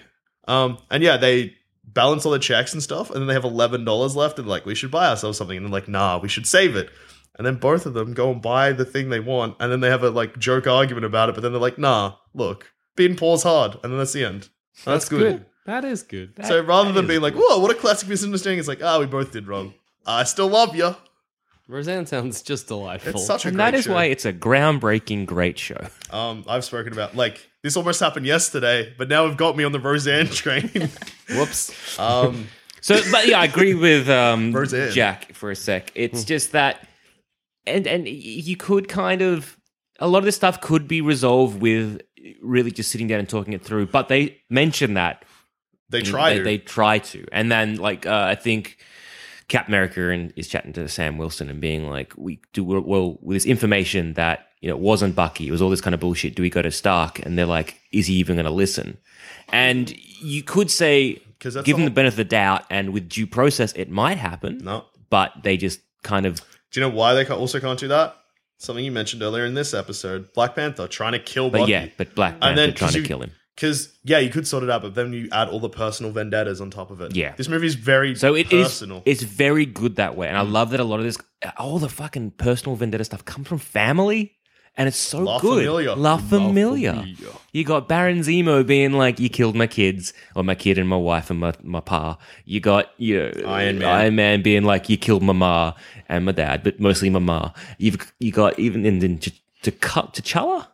B: Um, and yeah, they balance all the checks and stuff, and then they have eleven dollars left, and like we should buy ourselves something, and they're like, nah, we should save it. And then both of them go and buy the thing they want, and then they have a like joke argument about it, but then they're like, nah, look, being poor's hard, and then that's the end. And that's, good.
D: That is good. That-
B: So rather than
C: is
B: being like, whoa, what a classic misunderstanding, it's like, ah, we both did wrong. I still love you.
D: Roseanne sounds just delightful.
B: It's such a
C: And
B: great
C: that is
B: show.
C: why it's a groundbreaking, great show.
B: um, I've spoken about like this almost happened yesterday, but now we've got me on the Roseanne train.
D: Whoops.
B: um,
C: So, but yeah, I agree with um,
B: Roseanne.
C: Jack for a sec.
B: Hmm.
C: It's just that, and and y- you could kind of a lot of this stuff could be resolved with really just sitting down and talking it through. But they mention that
B: they tried
C: they, they try to, and then like uh, I think. Cap America and is chatting to Sam Wilson and being like, "We do we well with this information that you know it wasn't Bucky. It was all this kind of bullshit. Do we go to Stark?" And they're like, "Is he even going to listen?" And you could say,
B: 'Cause that's
C: give
B: the
C: him the
B: whole-
C: benefit of the doubt, and with due process, it might happen.
B: No.
C: but they just kind of
B: Do you know why they ca- also can't do that? Something you mentioned earlier in this episode: Black Panther trying to kill.
C: But
B: Bucky.
C: yeah, but Black
B: And then-
C: Panther trying
B: 'cause
C: to
B: you-
C: kill him.
B: because yeah, you could sort it out, but then you add all the personal vendettas on top of it.
C: Yeah.
B: this movie is very
C: So it is
B: personal. Mm.
C: It's very good that way, and I love that a lot of this, all the fucking personal vendetta stuff comes from family, and it's so
B: La
C: good.
B: Familia.
C: La familia. You got Baron Zemo being like, "You killed my kids, or my kid and my wife and my my pa." You got you know,
B: Iron Man.
C: Iron Man being like, "You killed my ma and my dad, but mostly my ma." You've you got even in, in Ch- Ch- T'Challa.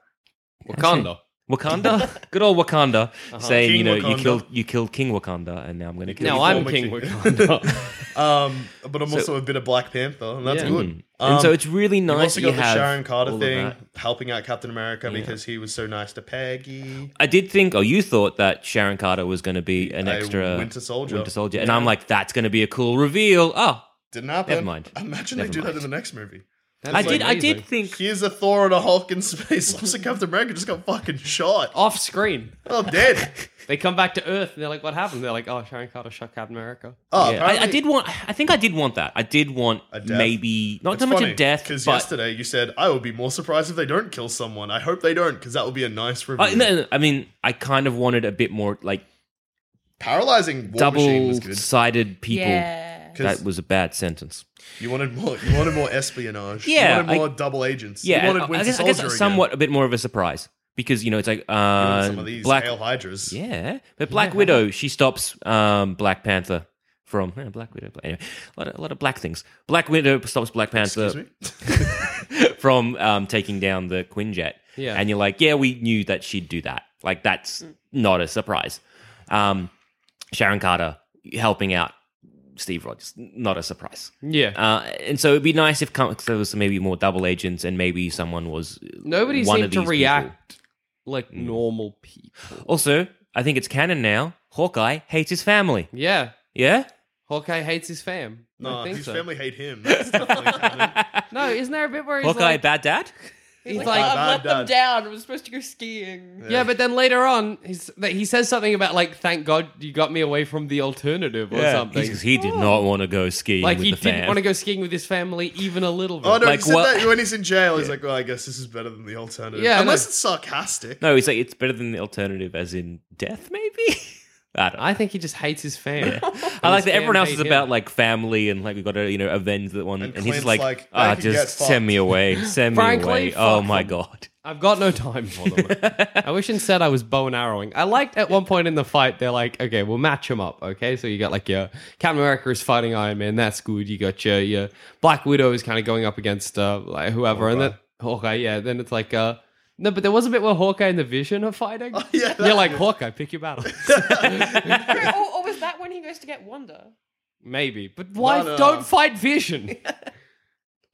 D: Wakanda.
C: Wakanda, good old Wakanda, saying
B: Uh-huh. King
C: you know you
B: Wakanda.
C: killed you killed King Wakanda, and now I'm going to kill. you.
D: Now I'm
B: Formic
D: King
B: King.
D: Wakanda.
B: Um, but I'm
C: So- Mm.
B: also a bit of Black Panther, and that's
D: Yeah.
B: good. Um,
C: Hmm. and so it's really
B: you've
C: nice.
B: also
C: that
B: got
C: you
B: the
C: have
B: Sharon
C: all
B: Carter
C: of
B: thing
C: that.
B: helping out Captain America because he was so nice to Peggy.
C: I did think, oh, you thought that Sharon Carter was going to be an
B: A
C: extra
B: Winter Soldier.
C: Winter Soldier, and I'm like, that's going to be a cool reveal. Oh,
B: Didn't happen.
C: Never mind.
B: Imagine
C: Never
B: they do
C: mind.
B: that in the next movie.
C: I did, I did think.
B: Here's a Thor and a Hulk in space. Also, Captain America just got fucking shot.
D: Off screen,
B: Oh, I'm dead.
D: they come back to Earth and they're like, "What happened?" They're like, "Oh, Sharon Carter shot Captain America."
B: Oh,
C: Yeah, I, I
B: apparently-
C: did want. I think I did want that. I did want
B: A death.
C: maybe not so much a death,
B: Because
C: but
B: yesterday you said I would be more surprised if they don't kill someone. I hope they don't, because that would be a nice review.
C: I, no, no, I mean, I kind of wanted a bit more like
B: Paralyzing War Machine was good.
C: double-sided people.
E: Yeah.
C: That
B: 'Cause
C: was a bad sentence.
B: you wanted more. You wanted more espionage.
C: Yeah,
B: You wanted
C: I-
B: more double agents.
C: Yeah,
B: You
C: I-
B: wanted Winter
C: I guess, I
B: Soldier
C: guess
B: again.
C: somewhat a bit more of a surprise because you know it's like
B: You wanted
C: uh,
B: some of these
C: Black
B: Hail Hydras.
C: Yeah, but Black Widow, she stops um, Black Panther from yeah, Black Widow. Black- Anyway, a lot, of, a lot of black things. Black Widow stops Black
B: Excuse
C: Panther
B: me.
C: from um, taking down the Quinjet.
D: Yeah.
C: and you're like, yeah, we knew that she'd do that. Like that's not a surprise. Um, Sharon Carter helping out Steve Rogers, not a surprise.
D: Yeah,
C: Uh, and so it'd be nice if com- there was maybe more double agents and maybe someone was
D: nobody
C: one
D: seemed
C: of
D: to
C: these Mm.
D: react like normal people.
C: people. Also, I think it's canon now. Hawkeye hates his family.
D: Yeah,
C: Yeah.
D: Hawkeye hates his fam.
B: No,
D: I think
B: his
D: so.
B: family hate him. That's definitely canon.
D: No, isn't there a bit where he's
C: Hawkeye,
D: like,
C: bad dad.
D: he's
E: Like,
D: like,
E: "Oh, I've let
B: bad
E: them down. We're supposed to go skiing.
D: Yeah, but then later on, he's, that he says something about like, "Thank God you got me away from the alternative" or something.
C: Because he did not want to go skiing.
D: Oh. like
C: with
D: he
C: the
D: didn't
C: fam.
D: want to go skiing with his family even a little bit.
B: Oh no,
C: Like,
B: he said
C: what-
B: that when he's in jail. He's like, well, I guess this is better than the alternative.
D: Yeah, I
B: unless
D: know.
B: it's sarcastic.
C: No, he's like it's better than the alternative, as in death, maybe. I don't. Know.
D: I think he just hates his family.
C: I like that
D: his
C: everyone
D: fam
C: else is
D: hate him.
C: about like family and like we got to you know avenge that one, and,
B: And
C: he's just
B: Clint's
C: like,
B: like,
C: ah,
B: they can get
C: just send me
B: fucked."
C: away, send me
D: Frankly,
C: away.
D: fuck
C: Oh my
D: them.
C: god.
D: I've got no time for them. I wish instead I was bow and arrowing. I liked at one point in the fight, they're like, okay, we'll match them up. Okay, so you got like your Captain America is fighting Iron Man. That's good. You got your, your Black Widow is kind of going up against uh, like whoever. And then Hawkeye, yeah. Then it's like, uh, no, but there was a bit where Hawkeye and the Vision are fighting.
B: yeah,
D: You're
B: that-
D: like, Hawkeye, pick your battle.
E: Or, or was that when he goes to get Wanda?
D: Maybe. But why
B: no,
D: don't
B: no.
D: fight Vision?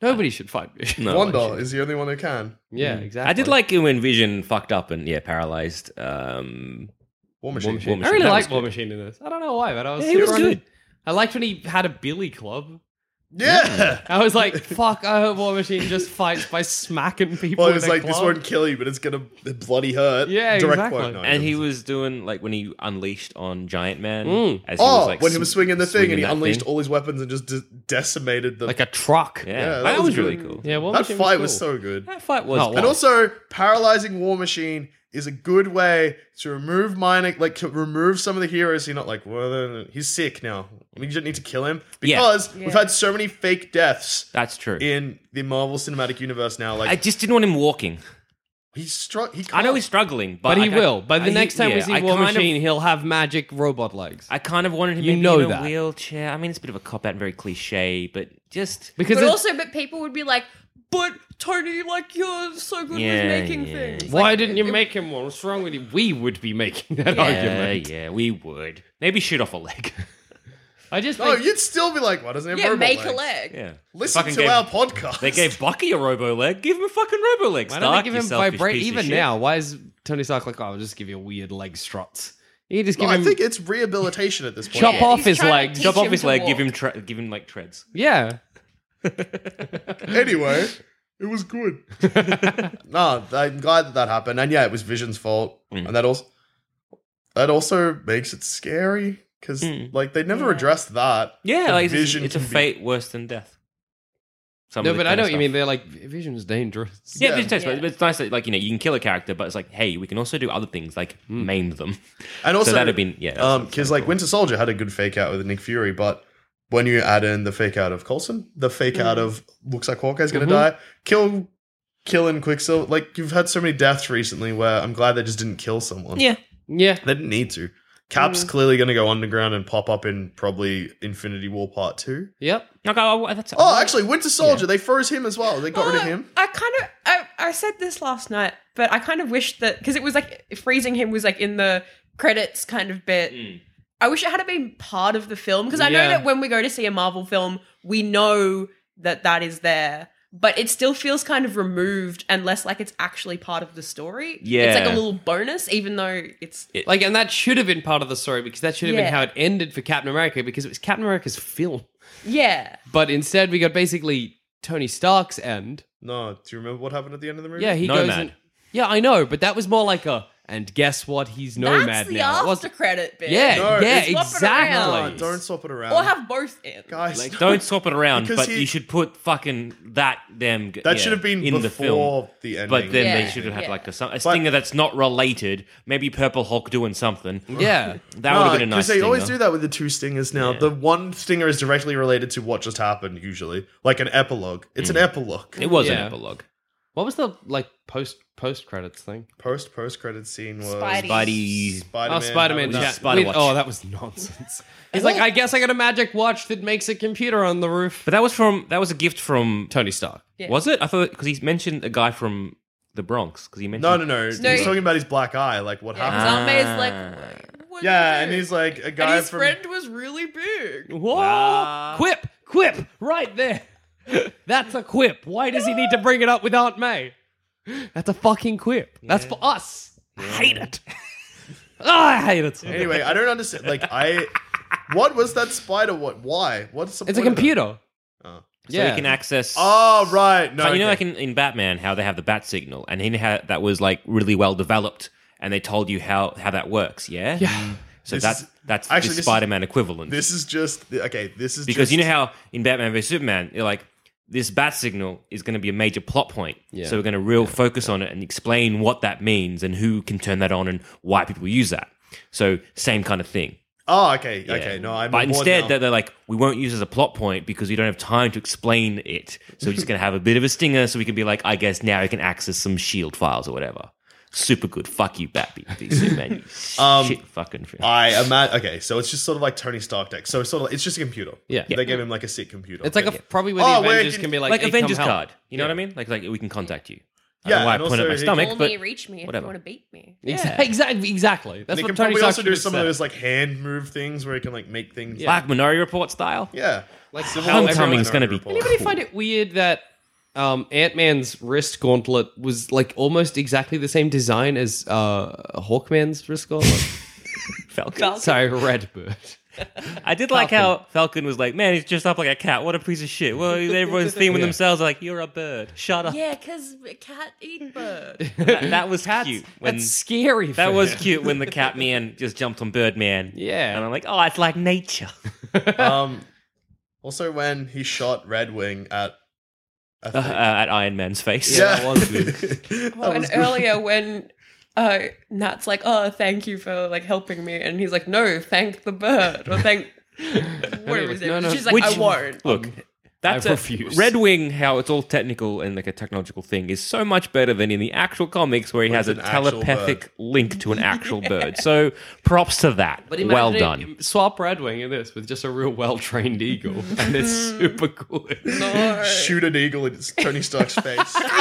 D: Nobody should fight Vision.
C: No, Mm.
B: Wanda is the only one who can.
D: Yeah, exactly.
C: I did like it when Vision fucked up and yeah, paralyzed. Um,
B: War Machine.
C: Machine.
D: I really
C: That
D: liked
C: was
D: War Machine in this. I don't know why, but I was
C: Yeah, he was
D: super
C: good.
D: I liked when he had a billy club.
B: Yeah.
D: I was like, "Fuck! I hope War Machine just fights by smacking people."
B: Well, it
D: with
B: was
D: a
B: like this
D: club."
B: won't kill you, but it's gonna bloody hurt.
D: Yeah,
B: Direct
D: exactly.
B: quote, no, it
C: and he
B: doesn't.
C: was doing like when he unleashed on Giant Man.
D: Mm.
C: As
B: oh,
C: like,
B: when he
C: sw-
B: was swinging the thing, and he
C: that
B: unleashed
C: thing.
B: all his weapons and just de- decimated them.
D: like a truck.
C: Yeah,
B: Yeah,
C: that,
B: that
C: was,
B: was
C: really
B: good.
C: cool.
D: yeah. War
B: that
D: Machine
B: fight
D: was,
B: was
D: cool.
B: so good.
C: that fight was.
D: No,
C: cool.
D: wow.
B: And also, paralyzing War Machine is a good way to remove mining, like to remove some of the heroes. You're not like, well, then he's sick now. We don't need to kill him
C: Yeah.
B: because
E: Yeah.
B: we've had so many fake deaths
C: That's true.
B: in the Marvel Cinematic Universe now.
C: I
B: Like
C: just didn't want him walking.
B: he's struck. He can't.
C: I know he's struggling, but,
D: But he
C: like, I-
D: will. By
C: I-
D: the next time we
C: yeah,
D: see
C: I
D: War
C: kind of-
D: Machine, he'll have magic robot legs.
C: I kind of wanted him
D: You
C: maybe
D: know
C: in a
D: that.
C: wheelchair. I mean, it's a bit of a cop out and very cliche, but just
D: because
E: But
D: it's-
E: also, but people would be like, but Tony, like, you're so good
C: Yeah,
E: with making
C: yeah.
E: things.
D: why
E: Like,
D: didn't you
E: it-
D: make him one? What's wrong with you? We would be making that
C: yeah,
D: argument.
C: yeah, we would maybe shoot off a leg.
D: I just
B: No,
D: think
B: you'd still be like, why doesn't he have
E: Yeah,
B: robot
E: make a
B: legs?
E: leg.
C: yeah,
B: Listen
C: Fucking
B: to
C: gave-
B: our podcast.
C: They gave Bucky a robo leg. Give him a fucking robo leg.
D: Why
C: Stark,
D: don't they give
C: you
D: him
C: selfish
D: vibrate
C: piece of
D: even
C: shit.
D: now? Why is Tony Stark like, oh, I'll just give you weird leg struts? You can just give
B: No, I
D: him.
B: think it's rehabilitation at this point.
D: Chop
E: Yeah,
D: off
E: he's
D: his
E: trying to
D: legs.
E: teach
C: Chop off
E: him
C: his
E: to
C: leg. Give
E: walk.
C: him tre- give him like treads.
D: yeah.
B: Anyway, it was good. no, I'm glad that that happened, and yeah, it was Vision's fault,
D: Mm.
B: and that also that also makes it scary because
D: Mm.
B: like they never addressed that.
C: Yeah,
B: The
C: like it's-
B: Vision
C: it's, a
B: can be-
C: fate worse than death. Some
D: No,
C: of the
D: but I
C: kind
D: know
C: of
D: what you
C: stuff.
D: mean. They're like, Vision's dangerous.
C: Yeah,
B: Yeah.
C: Vision Takes Place,
E: Yeah.
C: but it's nice that like you know you can kill a character, but it's like hey, we can also do other things like maim them.
B: And Hmm. also,
C: so that'd have been yeah. that's-
B: um because like Winter Soldier had a good fake out with Nick Fury, but when you add in the fake out of Coulson, the fake out of looks like Hawkeye's gonna
D: Mm-hmm.
B: die, kill. Killing Quicksilver, like you've had so many deaths recently, where I'm glad they just didn't kill someone.
C: yeah,
D: Yeah.
B: they didn't need to Cap's clearly going to go underground and pop up in probably Infinity War Part 2.
D: Yep.
C: Like, oh, that's
B: Oh, actually, Winter Soldier, they froze him as well. They got rid of
E: Oh,
B: him.
E: I kind of I, I said this last night, but I kind of wished that because it was like freezing him was like in the credits kind of bit. I wish it had been part of the film because I know
D: Hmm. Yeah.
E: that when we go to see a Marvel film, we know that that is there, but it still feels kind of removed and less like it's actually part of the story. it's like
C: Yeah.
E: a little bonus, even though it's
D: Like, and that should have been part of the story because that should have
E: Yeah.
D: been how it ended for Captain America because it was Captain America's film.
E: yeah.
D: But instead, we got basically Tony Stark's end.
B: No, do you remember what happened at the end of the movie?
D: Yeah, he goes.
C: Nomad.
D: And, yeah, I know, but that was more like a. And guess what? He's nomad
E: That's the
D: now. It
E: after
D: wasn't-
E: credit bit.
D: yeah,
B: No,
D: yeah,
B: it's- Swap
E: it around.
D: exactly.
B: No, don't swap it around.
E: or have both in.
B: Guys,
C: Like, don't swap it around,
B: Because
C: but
B: he-
C: you should put fucking that them.
B: That should have been
C: in the film.
B: before the, ending.
C: But then
E: Yeah,
C: they should have had
E: yeah.
C: like a, some- a stinger that's not related. Maybe Purple Hulk doing something.
D: Yeah.
C: That would have been a
B: No, 'cause
C: nice.
B: They always
C: stinger.
B: do that with the two stingers now. The one stinger is directly related to what just happened, usually. Like an epilogue. It's an epilogue.
C: Mm. It was
D: Yeah.
C: an epilogue.
D: What was the like post post credits thing?
B: Post post credit scene was
E: Spidey.
C: Spidey.
B: Spider-Man.
D: oh, Spider Man.
B: having a-
D: Yeah.
C: Spider
D: Wait,
C: watch.
D: Oh, that was nonsense. He's like, I guess I got a magic watch that makes a computer on the roof.
C: But that was from that was a gift from
D: Tony Stark.
E: Yeah.
C: Was it? I thought because he mentioned a guy from the Bronx because he mentioned
B: No, no, no. He's
E: No, he-
B: talking about his black eye, like what
E: Yeah, 'cause
B: happened.
E: Aunt May's
C: Ah.
E: like, "What
B: Yeah,
E: the
B: and
E: heck?"
B: he's like a
E: And
B: guy
E: his
B: from
E: friend was really big.
D: Whoa!
C: Wow.
D: Quip, quip, right there. That's a quip. Why does he need to bring it up with Aunt May? That's a fucking quip. That's for us. I hate it. oh, I hate it. so much.
B: Anyway, I don't understand. Like I, what was that spider? What? Why? What's the
D: it's a
B: point of that?
D: computer.
B: Oh.
C: so he can access.
B: Oh right, no,
C: you know,
B: okay.
C: like in, in Batman, how they have the bat signal, and he had that was like really well developed, and they told you how how that works. Yeah,
D: Yeah.
C: So
B: This
C: that's
B: is-
C: that's
B: actually,
C: the
B: this is-
C: Spider-Man equivalent.
B: This is just okay. This is
C: because
B: just,
C: you know how in Batman vs Superman, you're like this bat signal is going to be a major plot point.
D: Yeah.
C: So we're going to real focus on it and explain what that means and who can turn that on and why people use that. So same kind of thing.
B: Oh, okay,
C: Yeah.
B: okay. No, I'm.
C: but
B: on board
C: instead
B: now.
C: they're- they're like, we won't use it as a plot point because we don't have time to explain it. So we're just going to have a bit of a stinger, so we can be like, I guess now we can access some shield files or whatever. Super good. Fuck you, Batman. Superman. You
B: Um,
C: shit, fucking. Friend.
B: I imagine. Okay, so it's just sort of like Tony Stark deck. So it's sort of it's just a computer.
D: Yeah.
B: they gave him like a sick computer.
D: It's like a, probably where
B: Oh,
D: the
B: where
D: Avengers
B: you-
D: can be like,
C: like,
D: "Hey, come
C: Avengers
D: help."
C: card. You know what I mean? Like, like we can contact you. I
B: Yeah,
C: don't know why I
B: and
C: point at
B: also
C: my
B: he-
C: stomach,
E: Call
C: but
E: me, reach me if
C: whatever.
E: you want to beat me.
D: Exactly. Exactly. Exactly.
B: And
D: That's
B: he
D: what
B: can
D: Tony
B: probably
D: Stark
B: also
D: should
B: do
D: have
B: some
D: said.
B: of those like hand move things where he can like make things. Yeah,
C: like Minority Report style.
B: yeah.
D: Like
C: Homecoming is gonna be
D: Anybody find it weird that um, Ant Man's wrist gauntlet was like almost exactly the same design as uh, Hawkman's wrist gauntlet?
C: Falcon.
D: Sorry, Redbird.
C: I did like how Falcon was like, "Man, he's dressed up like a cat. What a piece of shit." Well, everyone's theming
D: Yeah.
C: themselves like, "You're a bird. Shut up."
E: Yeah, because cat eat bird.
C: That, that was cute. When
D: That's scary. for
C: that was
D: him.
C: cute when the cat man just jumped on Birdman.
D: Yeah.
C: and I'm like, "Oh, it's like nature."
B: Um, also when he shot Red Wing at. I
C: Uh,
B: think-
C: at Iron Man's face.
D: Yeah, that was good.
B: That
E: oh, and
B: was good.
E: earlier when uh, Nat's like, "Oh, thank you for like helping me," and he's like, "No, thank the bird or thank." Whatever
D: like,
E: his name
D: "No,
E: is."
D: no,
E: She's like,
C: Which-
E: I won't.
D: Um,
C: Look, that's
D: I
C: a-
D: refuse.
C: Red Wing, how it's all technical and like a technological thing, is so much better than in the actual comics where he has
B: it's
C: a
B: an actual
C: telepathic link to an actual bird. So props to that. well done.
D: Swap Red Wing in this with just a real well trained eagle, and it's super good.
B: shoot an eagle in Tony Stark's face.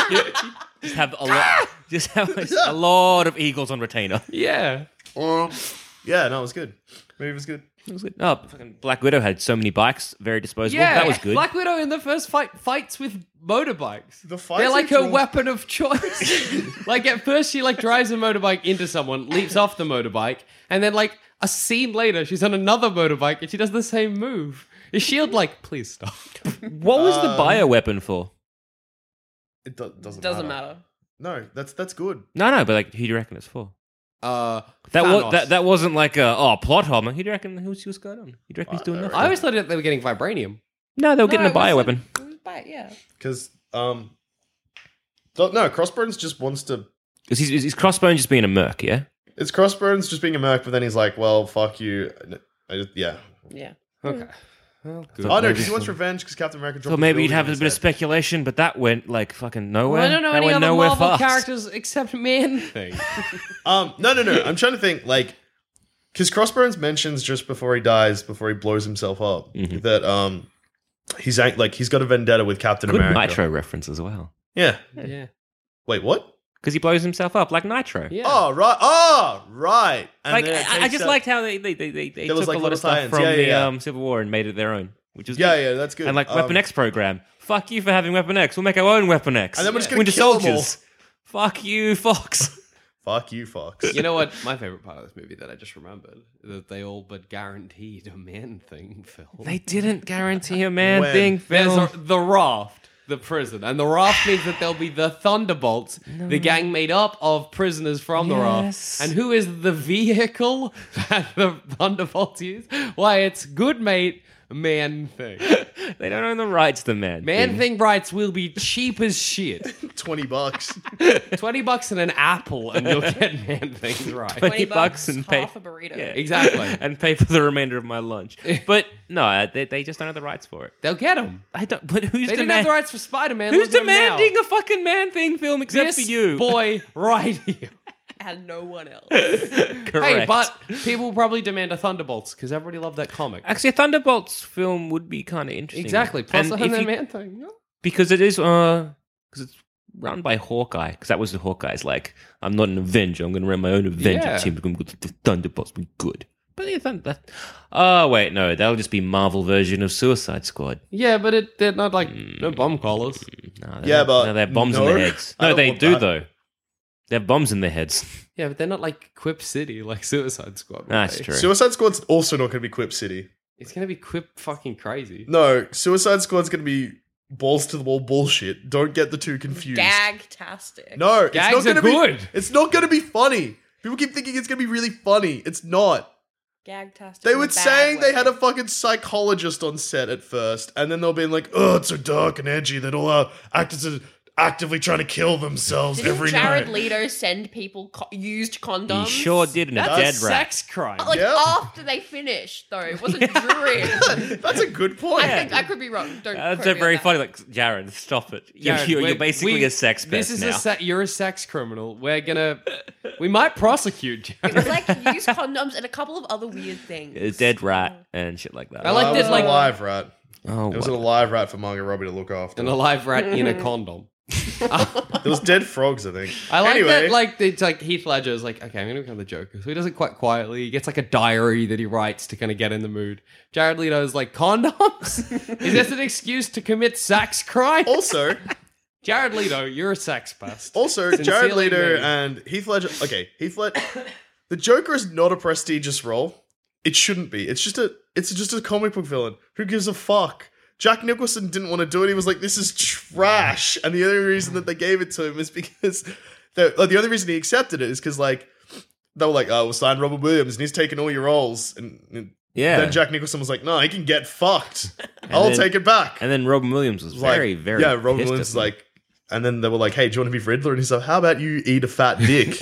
C: Just have a lot, just have a lot of eagles on retainer.
D: Yeah.
B: Um, yeah, no, it was good. Movie was good.
C: It was good. Oh, fucking Black Widow had so many bikes, very disposable.
D: Yeah,
C: that was good.
D: Black Widow in the first fight fights with motorbikes.
B: The fights
D: They're like
B: are
D: her
B: drawn-
D: weapon of choice. like at first, she like drives a motorbike into someone, leaps off the motorbike, and then like a scene later, she's on another motorbike and she does the same move. Is Shield like, please stop?
C: what was the bio weapon for?
B: It do- doesn't,
E: Doesn't matter.
B: No, that's that's good.
C: No, no, but like, who do you reckon it's for?
D: Uh,
C: That
D: Thanos.
C: was that, that wasn't like a oh plot hole. man. Who do you reckon? Who's what's going on? Who do you reckon he's doing
D: Uh, I
C: nothing?
D: always thought that they were getting vibranium.
C: No, they were getting a
E: No, it
C: bio
E: wasn't-
C: weapon.
E: it was bi- yeah.
B: Because um, don't- no, Crossbones just wants to.
C: Because he's, he's- he's crossbone just being a merc, yeah.
B: It's Crossbones just being a merc, but then he's like, "Well, fuck you." I just, yeah.
E: Yeah.
D: Okay. Well, good.
B: Oh no, because he wants revenge because Captain America. Dropped
C: So maybe you'd
B: building
C: have a
B: on his
C: bit of
B: head.
C: speculation, but that went like fucking nowhere.
D: Well, I don't know
C: that
D: any
C: went
D: other
C: nowhere
D: Marvel
C: fast.
D: characters except Man Thing.
B: Um, no, no, no. I'm trying to think. Like, because Crossbones mentions just before he dies, before he blows himself up,
C: Mm-hmm.
B: that um he's ang- like he's got a vendetta with Captain
C: Good
B: America.
C: Nitro reference as well.
B: Yeah.
D: Yeah.
B: Wait, what?
C: Because he blows himself up like Nitro.
D: Yeah. uh,
B: Oh right. Oh right. And
C: Like
B: then it
C: I, I
B: takes
C: just
B: that-
C: liked how they they, they, they,
B: There
C: they took
B: was, like,
C: a lot
B: little
C: of stuff
B: tie-ins.
C: from
B: Yeah,
C: the
B: yeah, yeah.
C: Um, Civil War and made it their own, which is
B: Yeah,
C: good.
B: yeah, that's good.
C: And like
B: Um,
C: Weapon X program. Fuck you for having Weapon X. We'll make our own Weapon X.
B: And then we're just gonna
C: Winter
B: kill 'em
C: Soldiers. Fuck you, Fox.
B: Fuck you, Fox.
D: You know what? My favorite part of this movie that I just remembered that they all but guaranteed a man thing film.
C: they didn't guarantee a man
B: When?
C: thing.
D: There's
C: Phil.
D: a- the raft, the prison, and the raft means that there'll be the Thunderbolts, the gang made up of prisoners from the
C: Yes.
D: raft. And who is the vehicle that the Thunderbolts use? Why, it's good mate, man thing.
C: They don't own the rights to man.
D: Man thing rights will be cheap as shit.
B: Twenty bucks.
D: 20 bucks and an apple, and you'll get man things right.
C: 20 bucks and pay.
E: half a burrito.
C: Yeah.
D: Exactly.
C: and pay for the remainder of my lunch. But no, uh, they, they just don't have the rights for it.
D: They'll get them.
C: I don't. But who's
D: They didn't
C: demand-
D: have the rights for Spider Man.
C: Who's demanding a fucking man thing film except
D: this
C: for you?
D: boy right here?
E: And no one else.
C: Correct.
D: Hey, but people will probably demand a Thunderbolts because everybody loved that comic.
C: actually, a Thunderbolts film would be kind of interesting.
D: Exactly. Plus
C: And
D: the
C: if
D: Hunter
C: you- Hmm.
D: Man thing.
C: because it is uh because it's run by Hawkeye because that was the Hawkeye's like I'm not an Avenger. I'm going to run my own Avenger
D: Yeah.
C: team. We're going to go to the Thunderbolts. We're good. But yeah, Thund- that. Oh wait, no, that'll just be Marvel version of Suicide Squad.
D: Yeah, but it, they're not like
C: Hmm.
D: no bomb collars.
C: No, they
B: Yeah,
C: don't-
B: but
C: no, they have bombs in
B: no.
C: their heads.
B: I
C: No,
B: don't
C: they
B: want
C: do
B: that.
C: though. They have bombs in their heads.
D: Yeah, but they're not like Quip City, like Suicide Squad. were
C: That's
D: they?
C: true.
B: Suicide Squad's also not going to be Quip City.
D: It's gonna be Quip fucking crazy.
B: No, Suicide Squad's going to be balls to the wall bullshit. Don't get the two confused.
E: Gagtastic.
B: No,
D: Gags
B: it's not gonna
D: are good.
B: Be, it's not going to be funny. People keep thinking it's going to be really funny. It's not.
E: Gagtastic.
B: They
E: in a
B: were
E: bad
B: saying
E: way.
B: they had a fucking psychologist on set at first, and then they'll be like, "Oh, it's so dark and edgy that all our actors are actively trying to kill themselves
E: Didn't
B: every
E: Jared
B: night."
E: Leto send people co- used
C: He
E: condoms?
C: sure did in a dead
D: That's
C: rat.
D: sex crime.
E: Like
B: Yeah.
E: after they finished, though, it wasn't during.
B: That's a good point.
E: I think I could be wrong. Don't.
C: That's
E: quote
C: a
E: me
C: very
E: on that.
C: funny. Like Jared, stop it. You're,
D: Jared,
C: you're,
D: we're-
C: you're basically
D: we-
C: a sex pest
D: This is
C: now.
D: a se- you're a sex criminal. We're gonna we might prosecute you.
E: It was like used condoms and a couple of other weird things.
C: a dead rat and shit like that.
D: I like
B: Uh, it
D: this,
B: was
D: like-
B: an alive rat.
C: oh,
B: It was
C: wow.
B: an alive rat for Margot Robbie to look after.
D: An alive rat in a condom.
B: There was dead frogs, I think.
D: I like
B: anyway,
D: that. Like it's like Heath Ledger is like, okay, I'm gonna become the Joker. So he does it quite quietly. He gets like a diary that he writes to kind of get in the mood. Jared Leto is like, condoms? is this an excuse to commit sex crime?
B: also,
D: Jared Leto, you're a sex pest.
B: also Jared
D: Sincerely
B: Leto
D: me.
B: and Heath Ledger. Okay, Heath Ledger. the Joker is not a prestigious role. It shouldn't be. It's just a. It's just a comic book villain. Who gives a fuck? Jack Nicholson didn't want to do it. He was like, "This is trash," and the only reason that they gave it to him is because the like, the only reason he accepted it is because like they were like, "Oh, we'll sign Robert Williams, and he's taking all your roles." And, and
C: yeah.
B: then Jack Nicholson was like, "No, he can get fucked. I'll
C: then-
B: take it back."
C: and then Robin Williams was
B: was like-
C: very, very.
B: yeah. Robin
C: pissed
B: Williams
C: at
B: is
C: them.
B: like, and then they were like, "Hey, do you want to be Riddler?" And he's like, "How about you eat a fat dick?"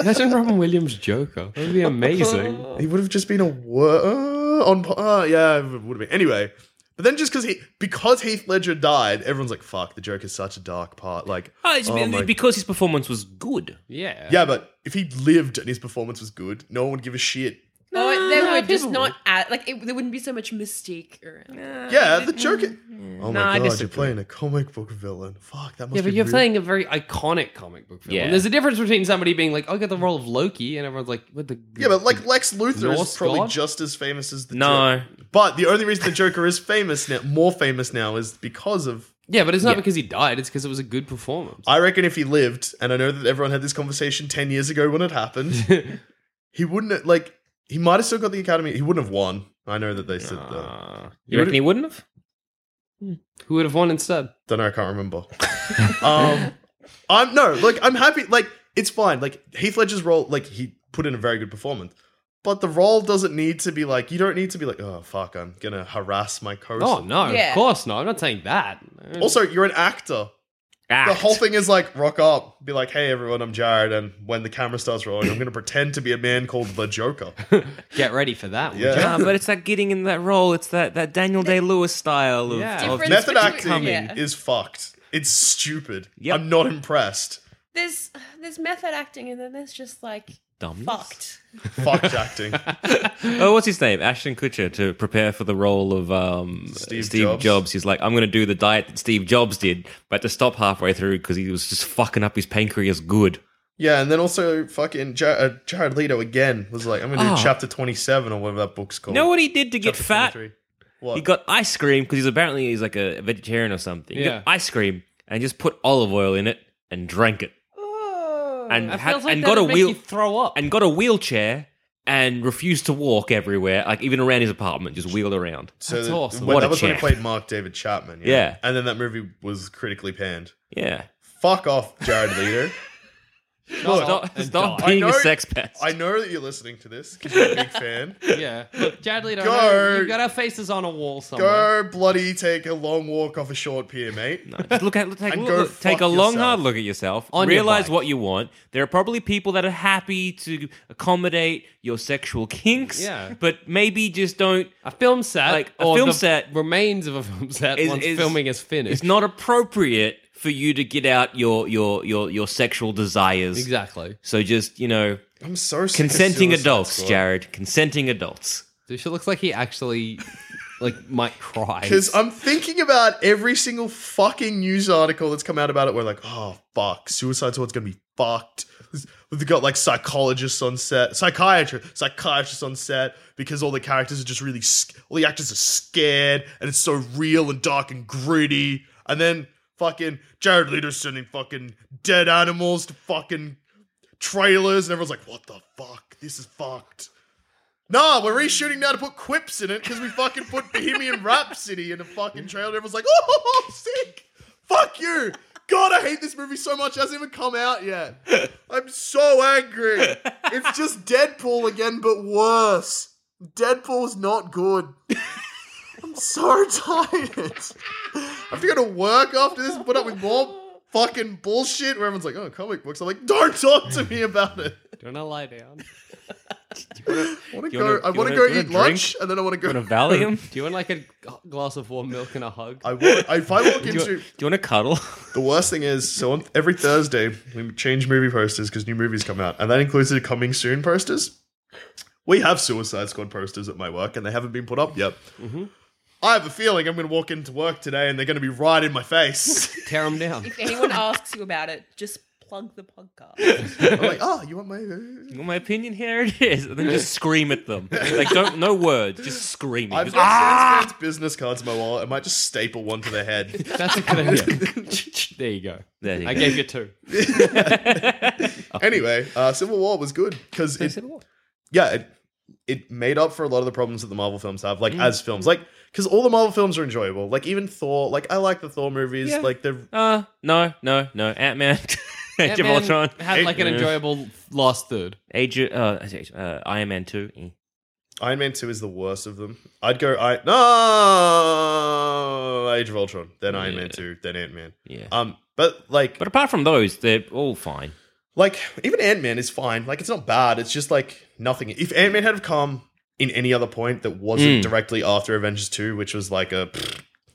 D: Imagine Robin Williams Joker. That would be amazing.
B: he would have just been a wor- uh, on. po- Uh, yeah, it would have been anyway. But then just because he because Heath Ledger died, everyone's like, "Fuck, the Joker's such a dark part." Like,
C: oh, it's
B: Oh my-
C: because his performance was good.
D: Yeah.
B: yeah, but if he lived and his performance was good, no one would give a shit.
E: No, it- they
C: No,
E: would just
C: people
E: not add, like it, there wouldn't be so much mystique around.
C: Uh,
B: Yeah, the Joker. Oh
C: Nah,
B: my
C: I
B: god, you're
C: disagree.
B: playing a comic book villain. Fuck, that must
D: Yeah,
B: be
D: but you're
B: really-
D: playing a very iconic comic book film.
C: Yeah.
D: There's a difference between somebody being like, "Oh, I get the role of Loki, and everyone's like, what the.
B: Yeah, but like Lex Luthor
D: Norse
B: is probably
D: god?
B: just as famous as the Joker.
C: No,
B: But the only reason the Joker is famous now, more famous now, is because of.
D: Yeah, but it's not because he died, it's because it was a good performance.
B: I reckon if he lived, and I know that everyone had this conversation ten years ago when it happened, he wouldn't have, like. He might have still got the Academy. He wouldn't have won. I know that they said that.
D: Uh,
C: you reckon he wouldn't have?
D: Hmm. who would have won instead?
B: Don't know. I can't remember. um, I'm no. Like I'm happy. Like it's fine. Like Heath Ledger's role. Like he put in a very good performance. But the role doesn't need to be like you don't need to be like oh fuck I'm gonna harass my co.
D: Oh no,
E: Yeah.
D: of course not. I'm not saying that.
B: Also, you're an actor. The whole thing is like rock up, be like, "Hey everyone, I'm Jared," and when the camera starts rolling, I'm going to pretend to be a man called the Joker.
D: get ready for that. would
B: Yeah.
C: Ah, but it's that getting in that role. It's that, that Daniel Day Lewis style of,
D: Yeah.
C: of-
E: Different-
B: Method
E: between-
B: acting
E: yeah.
B: is fucked. It's stupid.
C: Yep.
B: I'm not impressed.
E: There's there's method acting, and then there's just like
C: dumbness.
E: Fucked.
B: Fucked acting.
C: Oh, what's his name? Ashton Kutcher to prepare for the role of um,
B: Steve
C: Steve,
B: Jobs.
C: Jobs. He's like, I'm going to do the diet that Steve Jobs did, but had to stop halfway through because he was just fucking up his pancreas good.
B: Yeah, and then also fucking Jar- uh, Jared Leto again was like, I'm gonna do
C: Oh.
B: chapter 27 or whatever that book's called.
C: You know what he did to get
B: Chapter
C: fat?
B: 23. What?
C: He got ice cream because he's apparently he's like a vegetarian or something. He
D: Yeah.
C: got ice cream and just put olive oil in it and drank it
D: Oh,
C: and had, and got a wheel
D: throw up.
C: and got a wheelchair and refused to walk everywhere, like even around his apartment, just wheeled around.
B: so
D: That's
B: that-
D: awesome.
B: when-
C: What
B: that
C: a
B: was when he
C: champ.
B: played Mark David Chapman. you know?
C: Yeah.
B: And then that movie was critically panned.
C: Yeah,
B: Fuck off, Jared Leto.
C: stop, stop
D: Oh, die.
C: being
B: I
C: a
B: know-
C: sex pest.
B: I know that you're listening to this because you're a big fan.
D: yeah. Look, Jared Leto,
B: Go.
D: no, you've got our faces on a wall somewhere.
B: Go bloody take a long walk off a short pier, mate.
C: No, just look at look- take, a
B: And
C: look,
B: go
C: look- take a
B: fuck
C: long
B: yourself.
C: hard look at yourself.
D: On your
C: realize
D: bike.
C: what you want. There are probably people that are happy to accommodate your sexual kinks.
D: Yeah.
C: but maybe just don't.
D: A film set,
C: Like, a
D: or
C: film
D: the
C: set
D: remains of a film set
C: is-
D: once
C: is-
D: filming is finished.
C: It's not appropriate for you to get out your your your your sexual desires.
D: exactly.
C: So just you know,
B: I'm so sick of
C: consenting
B: Suicide
C: adults,
B: Squad.
C: Jared. Consenting adults.
D: Dude, she looks like he actually like might cry.
B: Because I'm thinking about every single fucking news article that's come out about it. We're like, oh fuck, Suicide Squad's gonna be fucked. They've got like psychologists on set, psychiatrist, psychiatrists on set because all the characters are just really, sc- all the actors are scared, and it's so real and dark and gritty. And then fucking Jared Leto's sending fucking dead animals to fucking trailers, and everyone's like, what the fuck? This is fucked. Nah, we're reshooting now to put quips in it because we fucking put Bohemian Rhapsody in the fucking trailer. Everyone's like, oh, sick. Fuck you. God, I hate this movie so much. It hasn't even come out yet. I'm so angry. It's just Deadpool again, but worse. Deadpool's not good. I'm so tired. I have to go to work after this and put up with more fucking bullshit where everyone's like, oh, comic books. I'm like, don't talk to me about it.
D: Do you wanna lie down? Do
B: I want to go.
C: You wanna-
B: I
C: you
B: want to
C: wanna-
B: go
C: you wanna
B: eat lunch,
C: drink?
B: and then I want to go.
C: You want a Valium?
D: you want like a g- glass of warm milk and a hug?
B: I wa- if I walk
C: do, you,
B: into
C: do you want a cuddle?
B: the worst thing is so on every Thursday we change movie posters because new movies come out, and that includes the coming soon posters. We have Suicide Squad posters at my work, and they haven't been put up yet.
C: Mm-hmm.
B: I have a feeling I'm going to walk into work today, and they're going to be right in my face.
D: Tear him down.
E: If anyone asks you about it, just plug the podcast.
B: I'm like, oh, you want my?
C: well, my opinion here it is, and then just scream at them. Like don't no words, just screaming.
B: I've
C: Just,
B: got
C: "Ah!"
B: Sans Fans business cards in my wallet. I might just staple one to their head.
D: That's a good idea. there you go.
C: There you
D: I
C: go.
D: gave you two.
B: anyway, uh, Civil War was good because it, yeah, it, it made up for a lot of the problems that the Marvel films have,
C: Mm.
B: like as films, like because all the Marvel films are enjoyable. Like even Thor, like I like the Thor movies,
C: Yeah.
B: like they're
C: Uh, no, no, no. Ant Man, Age of
D: Ant-Man
C: Ultron,
D: had like an
C: Yeah.
D: enjoyable last third.
C: Age of, uh, I say, uh, Iron Man two. Eh.
B: Iron Man two is the worst of them. I'd go I no Age of Ultron, then Iron Man
C: Yeah.
B: two, then Ant Man.
C: Yeah.
B: Um, but like
C: But apart from those, they're all fine.
B: Like, even Ant Man is fine. Like, it's not bad. It's just like nothing. If Ant Man had come in any other point that wasn't
C: Mm.
B: directly after Avengers 2, which was like a.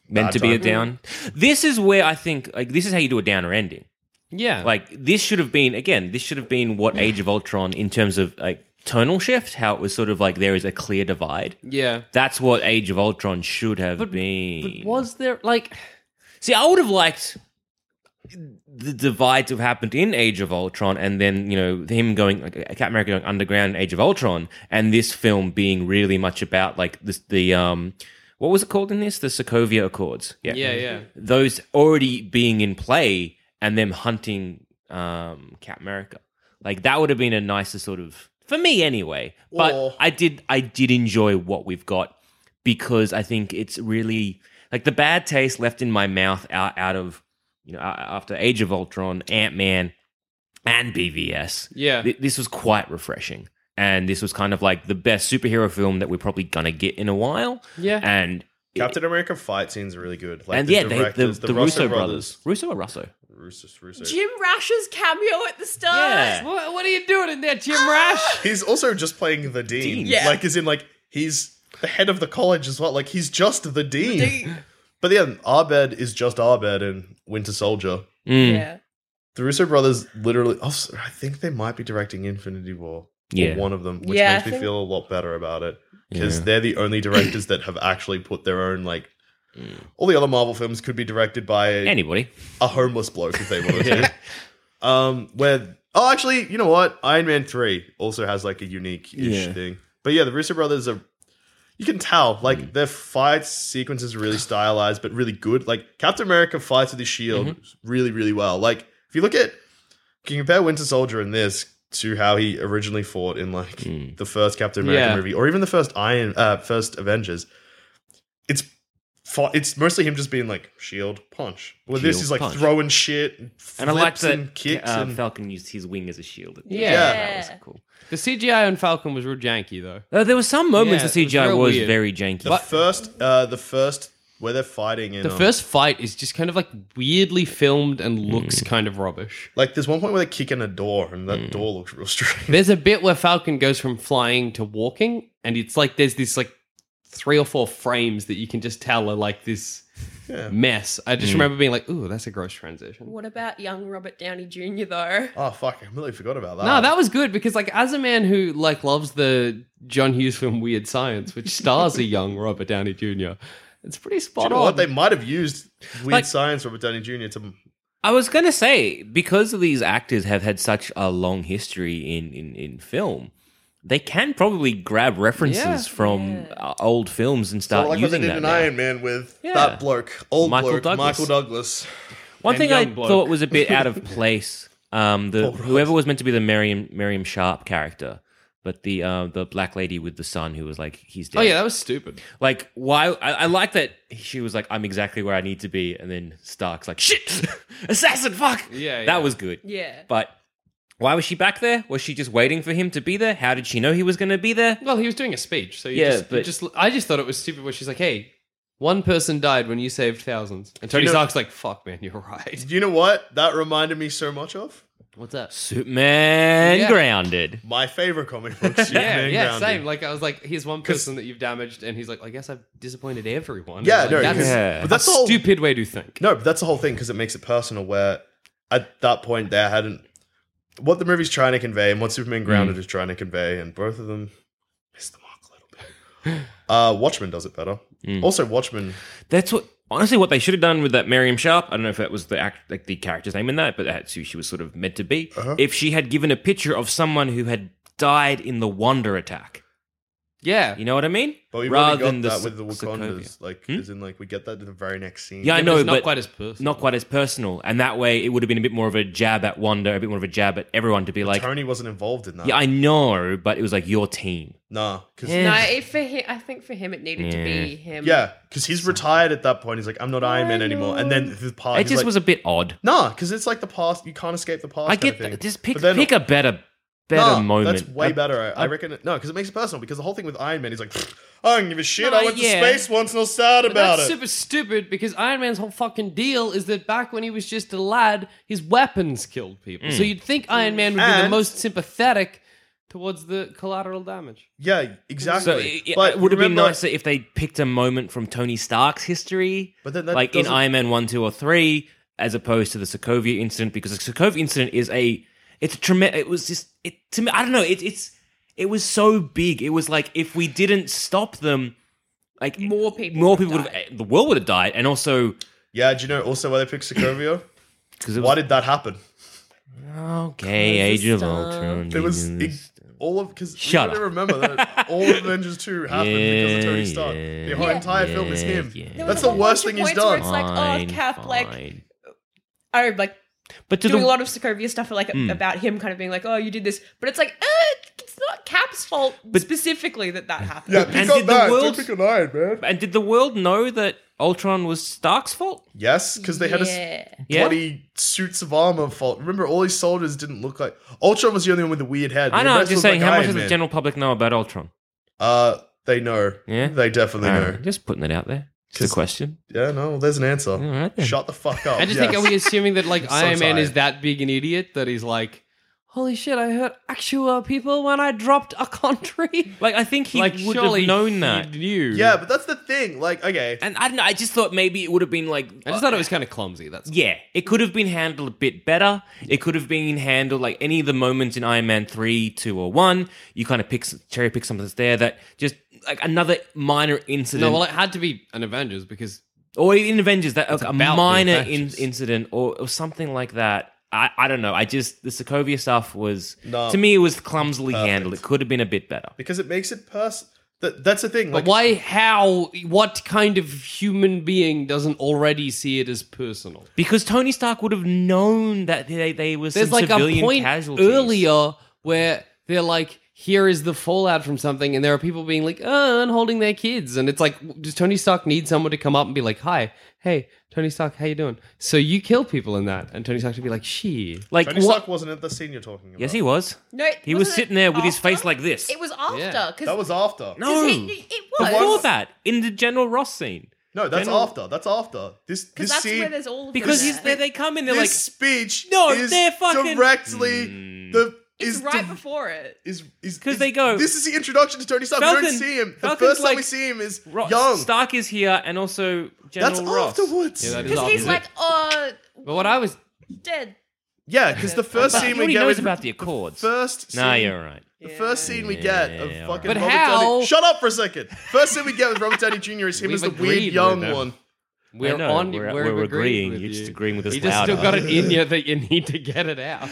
C: Meant
B: Bad
C: to be a
B: time.
C: down. This is where I think like this is how you do a downer ending.
D: Yeah.
C: Like this should have been again. This should have been what Age of Ultron in terms of like tonal shift. How it was sort of like there is a clear divide.
D: yeah.
C: That's what Age of Ultron should have been.
D: But was there like
C: See, I would have liked the divide to have happened in Age of Ultron, and then you know him going like uh, Captain America going underground in Age of Ultron, and this film being really much about like this the um what was it called in this the Sokovia Accords
D: Yeah, yeah.
C: those already being in play and them hunting um Captain America like that would have been a nicer sort of for me anyway but
B: Or-
C: I did I did enjoy what we've got because I think it's really like the bad taste left in my mouth out, out of you know a- after Age of Ultron, Ant Man, and BVS.
D: Yeah.
C: Th- this was quite refreshing, and this was kind of like the best superhero film that we're probably gonna get in a while.
D: Yeah.
C: and
B: Captain America fight scenes are really good. Like,
C: and
B: the
C: yeah, they, the,
B: directors,
C: the, Russo brothers. Russo or Russo?
B: Russo, Russo.
E: Jim Rash's cameo at the start.
C: Yeah.
D: what, what are you doing in there, Jim Rash?
B: He's also just playing the Dean.
C: Dean.
E: Yeah.
B: Like, as in, like, he's the head of the college as well. Like, he's just the Dean. But yeah, Abed is just Abed in Winter Soldier.
C: Mm.
E: Yeah.
B: oh, The Russo brothers literally. Also, I think they might be directing Infinity War. or
C: Yeah.
B: one of them, which
E: Yeah, I
B: makes me
E: think-
B: feel a lot better about it because
C: Yeah.
B: they're the only directors that have actually put their own like. All the other Marvel films could be directed by
C: Mm. Anybody.
B: a homeless bloke if they wanted to. Um, where oh, actually, you know what? Iron Man three also has like a unique ish
C: Yeah.
B: thing. But yeah, the Russo brothers are. You can tell, like
C: Mm.
B: their fight sequences are really stylized, but really good. Like Captain America fights with his shield
C: Mm-hmm.
B: really, really well. Like if you look at, can you compare Winter Soldier in this to how he originally fought in like
C: Mm.
B: the first Captain America
D: Yeah.
B: movie, or even the first Iron, uh, first Avengers. It's fo- it's mostly him just being like shield punch. Well, this
C: Shield,
B: is like
C: punch.
B: throwing shit, and,
C: And I like
B: flips
C: that
B: and kicks
C: uh,
B: and
C: Falcon used his wing as a shield.
D: Yeah.
E: Yeah.
C: That was cool.
D: The CGI on Falcon was real janky though.
C: Uh, there were some moments
D: Yeah,
C: the
D: it was
C: CGI
D: real
C: was,
D: weird.
C: very janky.
B: the first uh, the first where they're fighting in
D: The
B: um,
D: first fight is just kind of like weirdly filmed and looks
C: Hmm.
D: kind of rubbish.
B: like there's one point where they're kicking a door and that door looks real strange.
D: There's a bit where Falcon goes from flying to walking, and it's like there's this like three or four frames that you can just tell are like this
B: Yeah.
D: mess. I
C: Hmm.
D: just remember being like, "Ooh, that's a gross transition."
E: What about young Robert Downey Jr. though?
B: Oh fuck! I completely forgot about that.
D: No, that was good because like as a man who like loves the John Hughes film Weird Science, which stars a young Robert Downey Jr., it's pretty
B: Do you
D: spot
B: know
D: on.
B: what they might have used weird
C: Like-
B: science Robert Downey Jr. to
C: I was gonna say because these actors have had such a long history in in, in film, they can probably grab references
D: Yeah.
C: from uh, old films and start
B: Well, like what they
C: using
B: did
C: that.
B: in
C: now.
B: Iron Man with
C: Yeah.
B: that bloke, old
C: Michael
B: bloke,
C: Douglas.
B: Michael Douglas.
C: One
D: and
C: thing I
D: young bloke.
C: thought was a bit out of place. Um, the
B: Paul Rudd.
C: whoever was meant to be the Miriam Miriam Sharp character, but the uh, the black lady with the son who was like he's dead.
D: oh yeah, that was stupid.
C: Like why? I, I like that she was like I'm exactly where I need to be, and then Stark's like shit, assassin, fuck.
D: Yeah, yeah.
C: that was good.
E: Yeah.
C: But why was she back there? Was she just waiting for him to be there? How did she know he was going to be there?
D: Well, he was doing a speech, so you
C: Yeah,
D: yeah, just, you
C: but-
D: just I just thought it was stupid where she's like, "Hey, one person died when you saved thousands. and Tony
B: know-
D: Stark's like, "Fuck, man, you're right."
B: Do you know what that reminded me so much of?
D: What's that?
C: Superman
D: Yeah.
C: grounded.
B: My favorite comic book, Superman
D: Yeah, yeah,
B: Grounded.
D: same. Like I was like, "Here's one person that you've damaged," and he's like, "I guess I've disappointed everyone."
B: Yeah,
D: Like,
B: no,
D: that's
B: because-
C: Yeah.
B: but
D: a
B: that's the whole,
D: stupid way to think.
B: No, but that's the whole thing because it makes it personal. Where at that point they hadn't what the movie's trying to convey and what Superman
C: Mm.
B: Grounded is trying to convey, and both of them missed the mark a little bit. Uh, Watchmen does it better.
C: Mm.
B: Also, Watchmen.
C: That's what honestly what they should have done with that Miriam Sharp. I don't know if that was the act, like the character's name in that, but that's who she was sort of meant to be.
B: Uh-huh.
C: If she had given a picture of someone who had died in the Wonder attack,
D: Yeah,
C: you know what I mean?
B: But we've
C: Rather
B: Rather got
C: than the
B: that
C: Sokovia-
B: with the Wakandas, like
C: Hmm?
B: as in like we get that in the very next scene.
C: Yeah, I
D: Yeah,
C: know,
D: it's not
C: but
D: quite as personal.
C: not quite as personal. And that way, it would have been a bit more of a jab at Wonder, a bit more of a jab at everyone to be like,
B: Tony wasn't involved in that.
C: yeah, I know, but it was like your team.
B: nah, because
C: Yeah.
E: No, it, for him, I think for him it needed to be him.
B: Yeah, because he's retired at that point. He's like, I'm not Iron Man anymore. And then the part,
C: It
B: Oh, he's
C: just
B: like,
C: was a bit odd.
B: nah, because it's like the past. You can't escape the past.
C: I
B: kind
C: get
B: of thing.
C: that. Just pick,
B: But then-
C: pick a better, better
B: Nah,
C: moment.
B: That's way better. I, I reckon. No, because it makes it personal. Because the whole thing with Iron Man, he's like, I don't give a shit.
C: Nah,
B: I went
C: yeah.
B: to space once and I was sad
D: But
B: about
D: that's
B: it.
D: super stupid because Iron Man's whole fucking deal is that back when he was just a lad, his weapons killed people. So you'd think Iron Man would be the
B: And-
D: most sympathetic towards the collateral damage.
B: yeah, exactly.
C: So it, it-
B: but
C: it would have been
B: remember-
C: nicer if they picked a moment from Tony Stark's history,
B: But then that
C: like in
B: doesn't-
C: Iron Man one, two, or three, as opposed to the Sokovia incident, because the Sokovia incident is a it's a tremendous. It was just it to me. I don't know. It, it's it was so big. It was like if we didn't stop them, like
E: More people
C: more
E: would've
C: people would have the world would have died, and also
B: Yeah, do you know also why they picked Sokovia?
C: because it was
B: why did that happen?
C: okay, Age of Ultron.
B: It was
C: you know,
B: it, all of because you
C: Shut
B: gotta
C: up.
B: remember that all of Avengers two happened because of
C: Yeah,
B: Tony Stark. The whole
E: yeah,
B: entire film is
C: yeah,
B: him.
C: yeah. Uh-huh. There
E: There
B: That's
E: was a
B: the
E: whole
B: worst
E: bunch
B: thing
E: of
B: he's
E: points where
B: done.
E: It's like, oh, Cap, like,
C: fine.
E: oh, like
C: but to
E: doing
C: the Hmm.
E: a lot of Sokovia stuff like about him kind of being like, oh, you did this, but it's like, eh, it's not Cap's fault specifically that that happened.
B: Yeah, pick
C: And
B: up
C: did the
B: that.
C: world-
B: Don't pick an Iron Man.
C: And did the world know that Ultron was Stark's fault?
B: Yes, because they had a s-
E: Yeah.
C: Yeah.
B: bloody suits of armor fault. Remember, all these soldiers didn't look like Ultron was the only one with a weird head.
C: I
B: The
C: know. I'm
B: rest
C: just
B: looked
C: saying,
B: like
C: how much
B: Iron
C: does the
B: Man.
C: general public know about Ultron?
B: Uh, they know.
C: Yeah?
B: they definitely
C: All
B: know.
C: right, just putting it out there. Just a
B: 'Cause-
C: question.
B: Yeah, no, well, there's an answer.
C: All right then.
B: Shut the fuck up.
D: I just
B: yes.
D: think, are we assuming that like
B: so
D: Iron Man is
B: tired.
D: that big an idiot that he's like, holy shit, I hurt actual people when I dropped a country.
C: Like I think he
D: like,
C: would have
D: surely
C: known
D: he
C: that.
D: knew.
B: Yeah, but that's the thing. Like, okay,
C: And I don't know. I just thought maybe it would have been like.
D: I just thought it was kind of clumsy. That's
C: Yeah, it could have been handled a bit better. It could have been handled like any of the moments in Iron Man three, two, or one. You kind of pick cherry pick something that's there that just like another minor incident,
D: No, well, it had to be an Avengers because
C: or in Avengers that like, a
D: about the
C: minor in-
D: Avengers.
C: incident or, or something like that. I, I don't know. I just the Sokovia stuff was
B: No.
C: to me it was clumsily handled. It could have been a bit better.
B: because it makes it personal. That, that's the thing. Like,
D: but why? How? What kind of human being doesn't already see it as personal?
C: Because Tony Stark would have known that they, they were some
D: There's like a
C: civilian
D: point
C: casualties.
D: earlier where they're like, "Here is the fallout from something," and there are people being like, "Oh," and holding their kids, and it's like, does Tony Stark need someone to come up and be like, "Hi, hey, Tony Stark, how you doing?" So you kill people in that, and Tony Stark should be like, "She."
C: Like
B: Tony
C: what?
B: Stark wasn't at the scene you're talking about.
C: Yes, he was.
E: No, it-
C: He was
E: wasn't
C: sitting
E: it
C: there with his
E: after?
C: face like this.
E: It was after
D: Yeah.
E: because
B: That was after.
C: No.
E: it was
C: Before that, in the General Ross scene,
B: no, that's
C: General-
B: after. That's after. This
E: because
B: this
E: that's
B: scene.
E: where there's all of
C: because
E: them
C: he's there, they come in, they're
B: this
C: like,
B: speech.
C: No,
B: is
C: they're fucking- Mm.
B: directly the.
E: It's
B: is
E: right
B: di-
E: before it.
B: is is
C: 'Cause
B: is-
C: they go-
B: This is the introduction to Tony Stark. we
C: Falcon-
B: don't see him. The
C: Falcon's
B: first time we
C: like-
B: see him is
C: Ro-
B: young.
C: Stark is here, and also General
B: That's
C: Ross.
B: afterwards.
D: Yeah, that is
E: Because
D: obvious.
E: he's like, uh,
D: But what I was
E: dead.
B: Yeah, because the first
C: But he
B: scene we
C: already
B: get
C: knows
B: with
C: about the Accords.
B: first scene,
C: nah, you're right.
B: the first scene we
C: Yeah,
B: get of fucking
C: yeah,
D: alright. But
B: Robert
D: how-
B: Downey. Shut up for a second. First scene we get with Robert Downey Jr. is him
D: We've
B: as the
D: agreed
B: weird
D: with
B: young
D: them.
B: one.
D: we're
C: I know,
D: on,
C: we're,
D: we're,
C: we're agreeing.
D: with
C: You're just agreeing with us
D: You just
C: louder.
D: still got it in you that you need to get it out.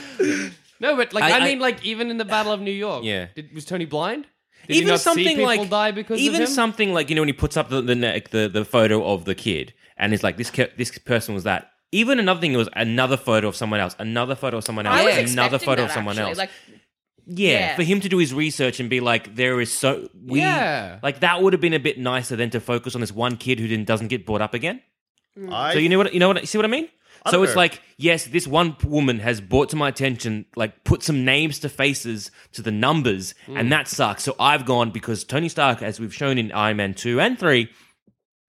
D: No, but like
C: I-
D: I,
C: I-
D: mean, like even in the Battle of New York,
C: Yeah.
D: did, was Tony blind? Did he
C: even
D: not see
C: something
D: people
C: like
D: die because of
C: even
D: him?
C: something like you know when he puts up the the, neck, the the photo of the kid and it's like this ki- this person was that. Even another thing was another photo of someone else, another photo of someone else,
E: I was
C: another
E: expecting
C: photo
E: that,
C: of someone
E: actually.
C: else.
E: Like,
C: yeah,
E: yeah.
C: for him to do his research and be like, there is so we
D: Yeah.
C: like that would have been a bit nicer than to focus on this one kid who didn't doesn't get brought up again.
B: I,
C: So you know what you know what you see what I mean?
B: I
C: So
B: don't
C: it's
B: know.
C: like yes, this one p- woman has brought to my attention, like put some names to faces to the numbers,
B: Hmm.
C: and that sucks. So I've gone because Tony Stark, as we've shown in Iron Man two and three,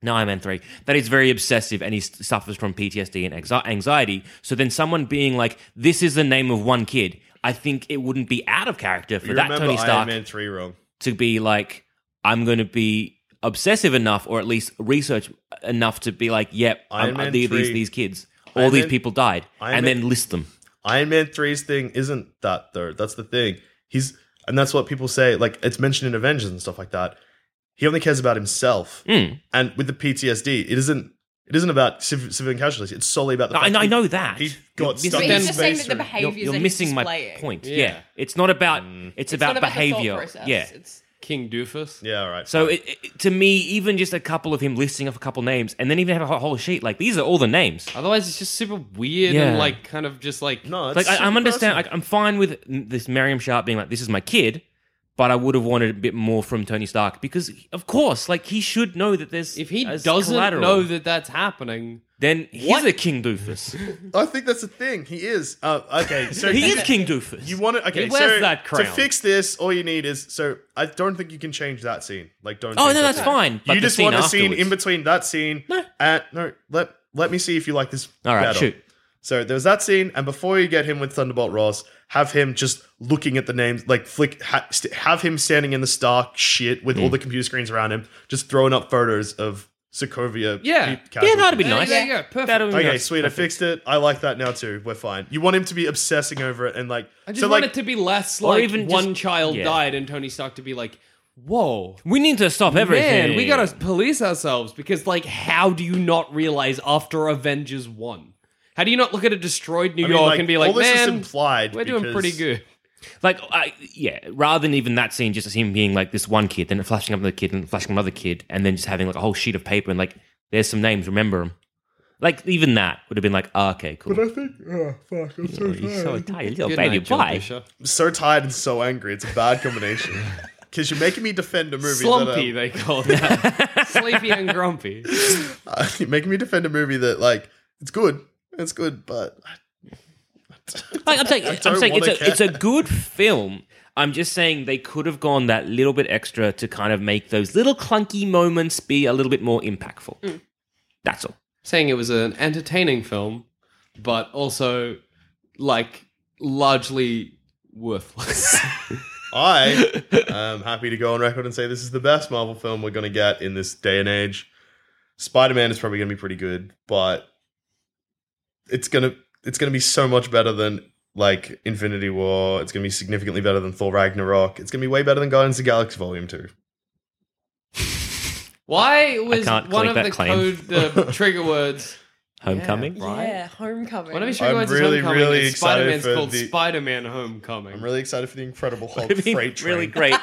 C: no Iron Man three, that is very obsessive, and he s- suffers from PTSD and exi- anxiety. So then someone being like, "This is the name of one kid," I think it wouldn't be out of character for
B: you
C: that
B: remember
C: Tony Stark
B: Iron Man three wrong.
C: to be like, I'm going to be obsessive enough, or at least research enough to be like, yep,
B: Iron
C: I'm,
B: Man
C: these, these
B: 3.
C: these kids, all
B: Iron
C: these
B: Man-
C: people died,
B: Iron
C: and
B: Man-
C: then list them.
B: Iron Man 3's thing isn't that though. That's the thing. He's and that's what people say. Like it's mentioned in Avengers and stuff like that. He only cares about himself.
C: Mm.
B: And with the PTSD, it isn't. It isn't about civ- civilian casualties. It's solely about the.
C: I,
B: fact
C: know- I
B: he-
C: know that.
B: he
C: You're
B: got stuck
E: but
B: in
D: then-
E: he's
B: space.
E: just saying that the
B: through-
C: You're,
E: behaviors
C: you're
E: that he's
C: missing my
E: displaying.
C: point. Yeah.
D: Yeah.
C: it's not about
B: Mm.
C: it's,
E: It's
C: about
E: not the thought
C: behavior.
E: process.
C: yeah.
E: It's-
D: King Doofus.
B: Yeah, all right.
C: So it, it, to me, even just a couple of him listing off a couple names, and then even have a whole- whole sheet like these are all the names.
D: Otherwise, it's just super weird
C: Yeah.
D: and like kind of just like
B: no, it's
C: like I, I'm
B: super
C: understand.
B: personal.
C: Like, I'm fine with n- this Miriam Sharp being like, "This is my kid," but I would have wanted a bit more from Tony Stark because, of course, like he should know that there's
D: if he
C: as
D: doesn't
C: collateral,
D: know that that's happening,
C: then he's
D: What?
C: a King Doofus.
B: I think that's the thing. He is. Uh, okay, so
C: he is King Doofus.
B: You want to okay?
D: He wears
B: so
D: that
B: to
D: crown.
B: fix this, all you need is so I don't think you can change that scene. Like don't.
C: Oh
B: change
C: no,
B: that
C: that's
B: scene.
C: fine. But
B: you
C: the
B: just
C: scene
B: want a
C: afterwards.
B: scene in between that scene.
C: No.
B: And no, let let me see if you like this.
C: All right,
B: better.
C: shoot.
B: So there's that scene, and before you get him with Thunderbolt Ross, have him just looking at the names, like flick, ha, st- have him standing in the Stark shit with
D: Mm.
B: all the computer screens around him, just throwing up photos of Sokovia.
D: Yeah.
B: pe-
C: Yeah, that'd
B: casualties.
C: be
D: There
C: nice.
D: you go, perfect.
C: That'd be
B: Okay,
C: nice.
B: sweet. I fixed it. I like that now too. We're fine. You want him to be obsessing over it and like
D: I just
B: so
D: want
B: like
D: it to be less
C: Or
D: like
C: even
D: one
C: just-
D: child
C: yeah.
D: died and Tony Stark to be like, whoa.
C: We need to stop everything.
D: Man, we gotta police ourselves because, like, how do you not realize after Avengers 1? How do you not look at a destroyed New
B: I mean,
D: York
B: like,
D: and be like,
B: all this is
D: man,
B: implied
D: we're doing
B: because-
D: pretty good?
C: like I, yeah rather than even that scene just him being like this one kid then flashing up another kid and flashing another kid and then just having like a whole sheet of paper and like there's some names remember them like even that would have been like ah, okay cool but I think oh fuck I'm so tired you're so tired little
D: Good
C: baby
D: night, Joe
C: bye
D: Bishop.
B: I'm so tired and so angry. It's a bad combination because you're making me defend a movie.
D: Slumpy,
B: That, uh,
D: they call that. Sleepy and grumpy.
B: um, you're making me defend a movie that like it's good. It's good, but
C: like, I'm saying, I'm
B: don't
C: saying it's
B: wanna
C: a,
B: care.
C: it's a good film I'm just saying they could have gone that little bit extra to kind of make those little clunky moments be a little bit more impactful that's all
D: saying it was an entertaining film, but also like largely worthless.
B: I am happy to go on record and say this is the best Marvel film we're going to get in this day and age. Spider Man is probably going to be pretty good, but it's going to it's going to be so much better than like Infinity War. It's going to be significantly better than Thor Ragnarok. It's going to be way better than Guardians of the Galaxy Volume Two.
D: Why was
C: can't
D: one
C: click
D: of
C: that
D: the
C: claim.
D: code the trigger words?
C: Homecoming.
D: Right?
E: Yeah, homecoming.
D: One of his trigger
B: I'm
D: words
B: really,
D: is homecoming.
B: really
D: and
B: excited
D: Spider-Man's
B: for
D: called
B: the-
D: Spider-Man Homecoming.
B: I'm really excited for the Incredible Hulk
C: It'd be
B: freight train.
C: really great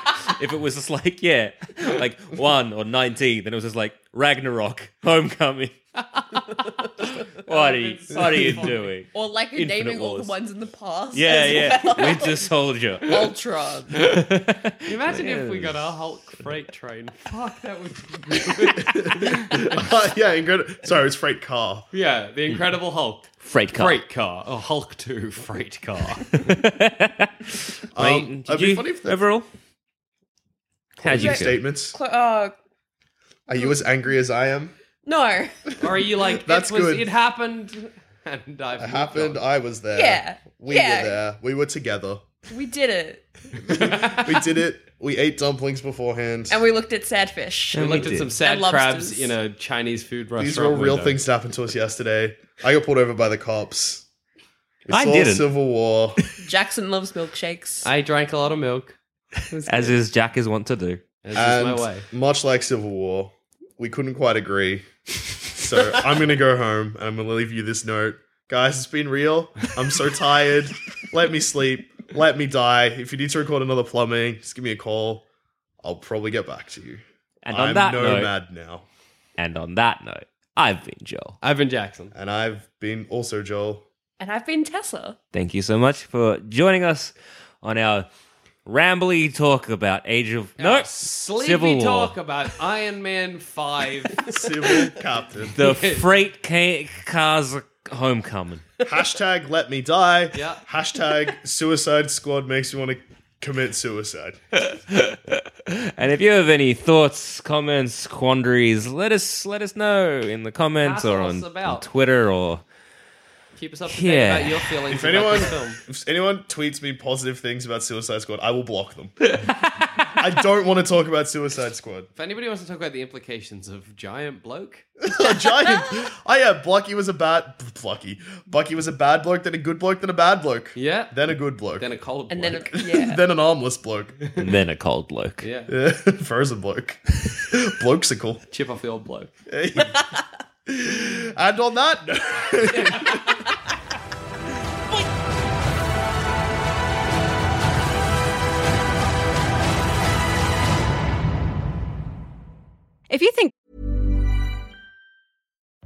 C: if it was just like yeah, like one or nineteen. Then it was just like Ragnarok, Homecoming. what are you? What are you doing?
E: or like you're
C: Infinite
E: naming all the
C: Wars.
E: ones in the past.
C: Yeah,
E: as
C: yeah.
E: well.
C: Winter Soldier.
E: Ultron.
D: Imagine if we got a Hulk freight train. Fuck, that would be good.
B: yeah, incredible. Sorry, it's freight car.
D: yeah, the Incredible Hulk.
C: Freight car.
D: Freight car. Oh, Hulk 2 freight car.
B: Um,
C: Mate,
B: it'd
C: did
B: be
C: you,
B: funny if they
C: overall? How'd you
E: Yeah.
C: feel?
B: statements.
E: Cl- uh,
B: Are you as angry as I am?
C: Uh,
E: no.
D: or are you like,
B: That's
D: it was,
B: good.
D: It happened, and I've
B: It
D: moved
B: happened.
D: on.
B: I was there.
E: Yeah.
B: We
E: Yeah.
B: were there. We were together.
E: We did it.
B: We did it. We ate dumplings beforand.
E: And we looked at sad fish.
D: We looked at
C: did.
D: some sad
E: And
D: crabs
E: lobsters.
D: in a Chinese food restaurant.
B: These are all real
D: window.
B: things that happened to us yesterday. I got pulled over by the cops. We
C: I
B: saw
C: didn't.
B: Civil War.
E: Jackson loves milkshakes.
D: I drank a lot of milk.
C: As is Jack is wont to do.
D: This is my
B: and
D: way.
B: much like Civil War, we couldn't quite agree. So I'm gonna go home and I'm gonna leave you this note. Guys, it's been real. I'm so tired. Let me sleep. Let me die. If you need to record another plumbing, just give me a call. I'll probably get back to you.
C: And on
B: I'm
C: that note,
B: nomad now.
C: and on that note, I've been Joel.
D: I've been Jackson.
B: And I've been also Joel.
E: and I've been Tessa.
C: Thank you so much for joining us on our rambly talk about Age of No
D: Sleepy
C: Uh, Civil War.
D: talk about Iron Man 5.
B: Civil Captain.
C: The freight ca- cars are homecoming.
B: Hashtag let me die.
D: Yeah.
B: Hashtag suicide squad makes me want to commit suicide.
C: And if you have any thoughts, comments, quandaries, let us let us know in the comments
D: Hassle
C: or
D: us
C: on,
D: about.
C: on Twitter or
D: Keep us up to date
C: Yeah.
D: about your feelings
B: If
D: about
B: anyone,
D: this film.
B: if anyone tweets me positive things about Suicide Squad, I will block them. I don't want to talk about Suicide Squad.
D: If anybody wants to talk about the implications of giant bloke,
B: A giant. Oh yeah, Blucky was a bad. Blucky. Bucky was a bad bloke, then a good bloke, then a bad bloke.
D: yeah,
B: Then a good bloke.
D: then a cold
E: And
D: bloke.
E: then, yeah.
B: Then an armless bloke.
C: and then a cold bloke.
D: yeah,
B: Yeah, Frozen bloke. Blokesicle.
D: chip off the old bloke.
B: And on that note.
F: If you think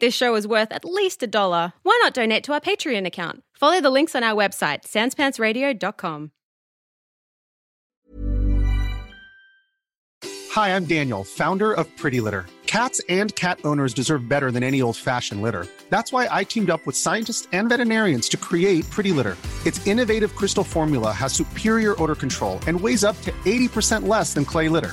F: This show is worth at least a dollar. Why not donate to our Patreon account? Follow the links on our website, sanspantsradio.com.
G: Hi, I'm Daniel, founder of Pretty Litter. Cats and cat owners deserve better than any old fashioned litter. That's why I teamed up with scientists and veterinarians to create Pretty Litter. Its innovative crystal formula has superior odor control and weighs up to 80% less than clay litter.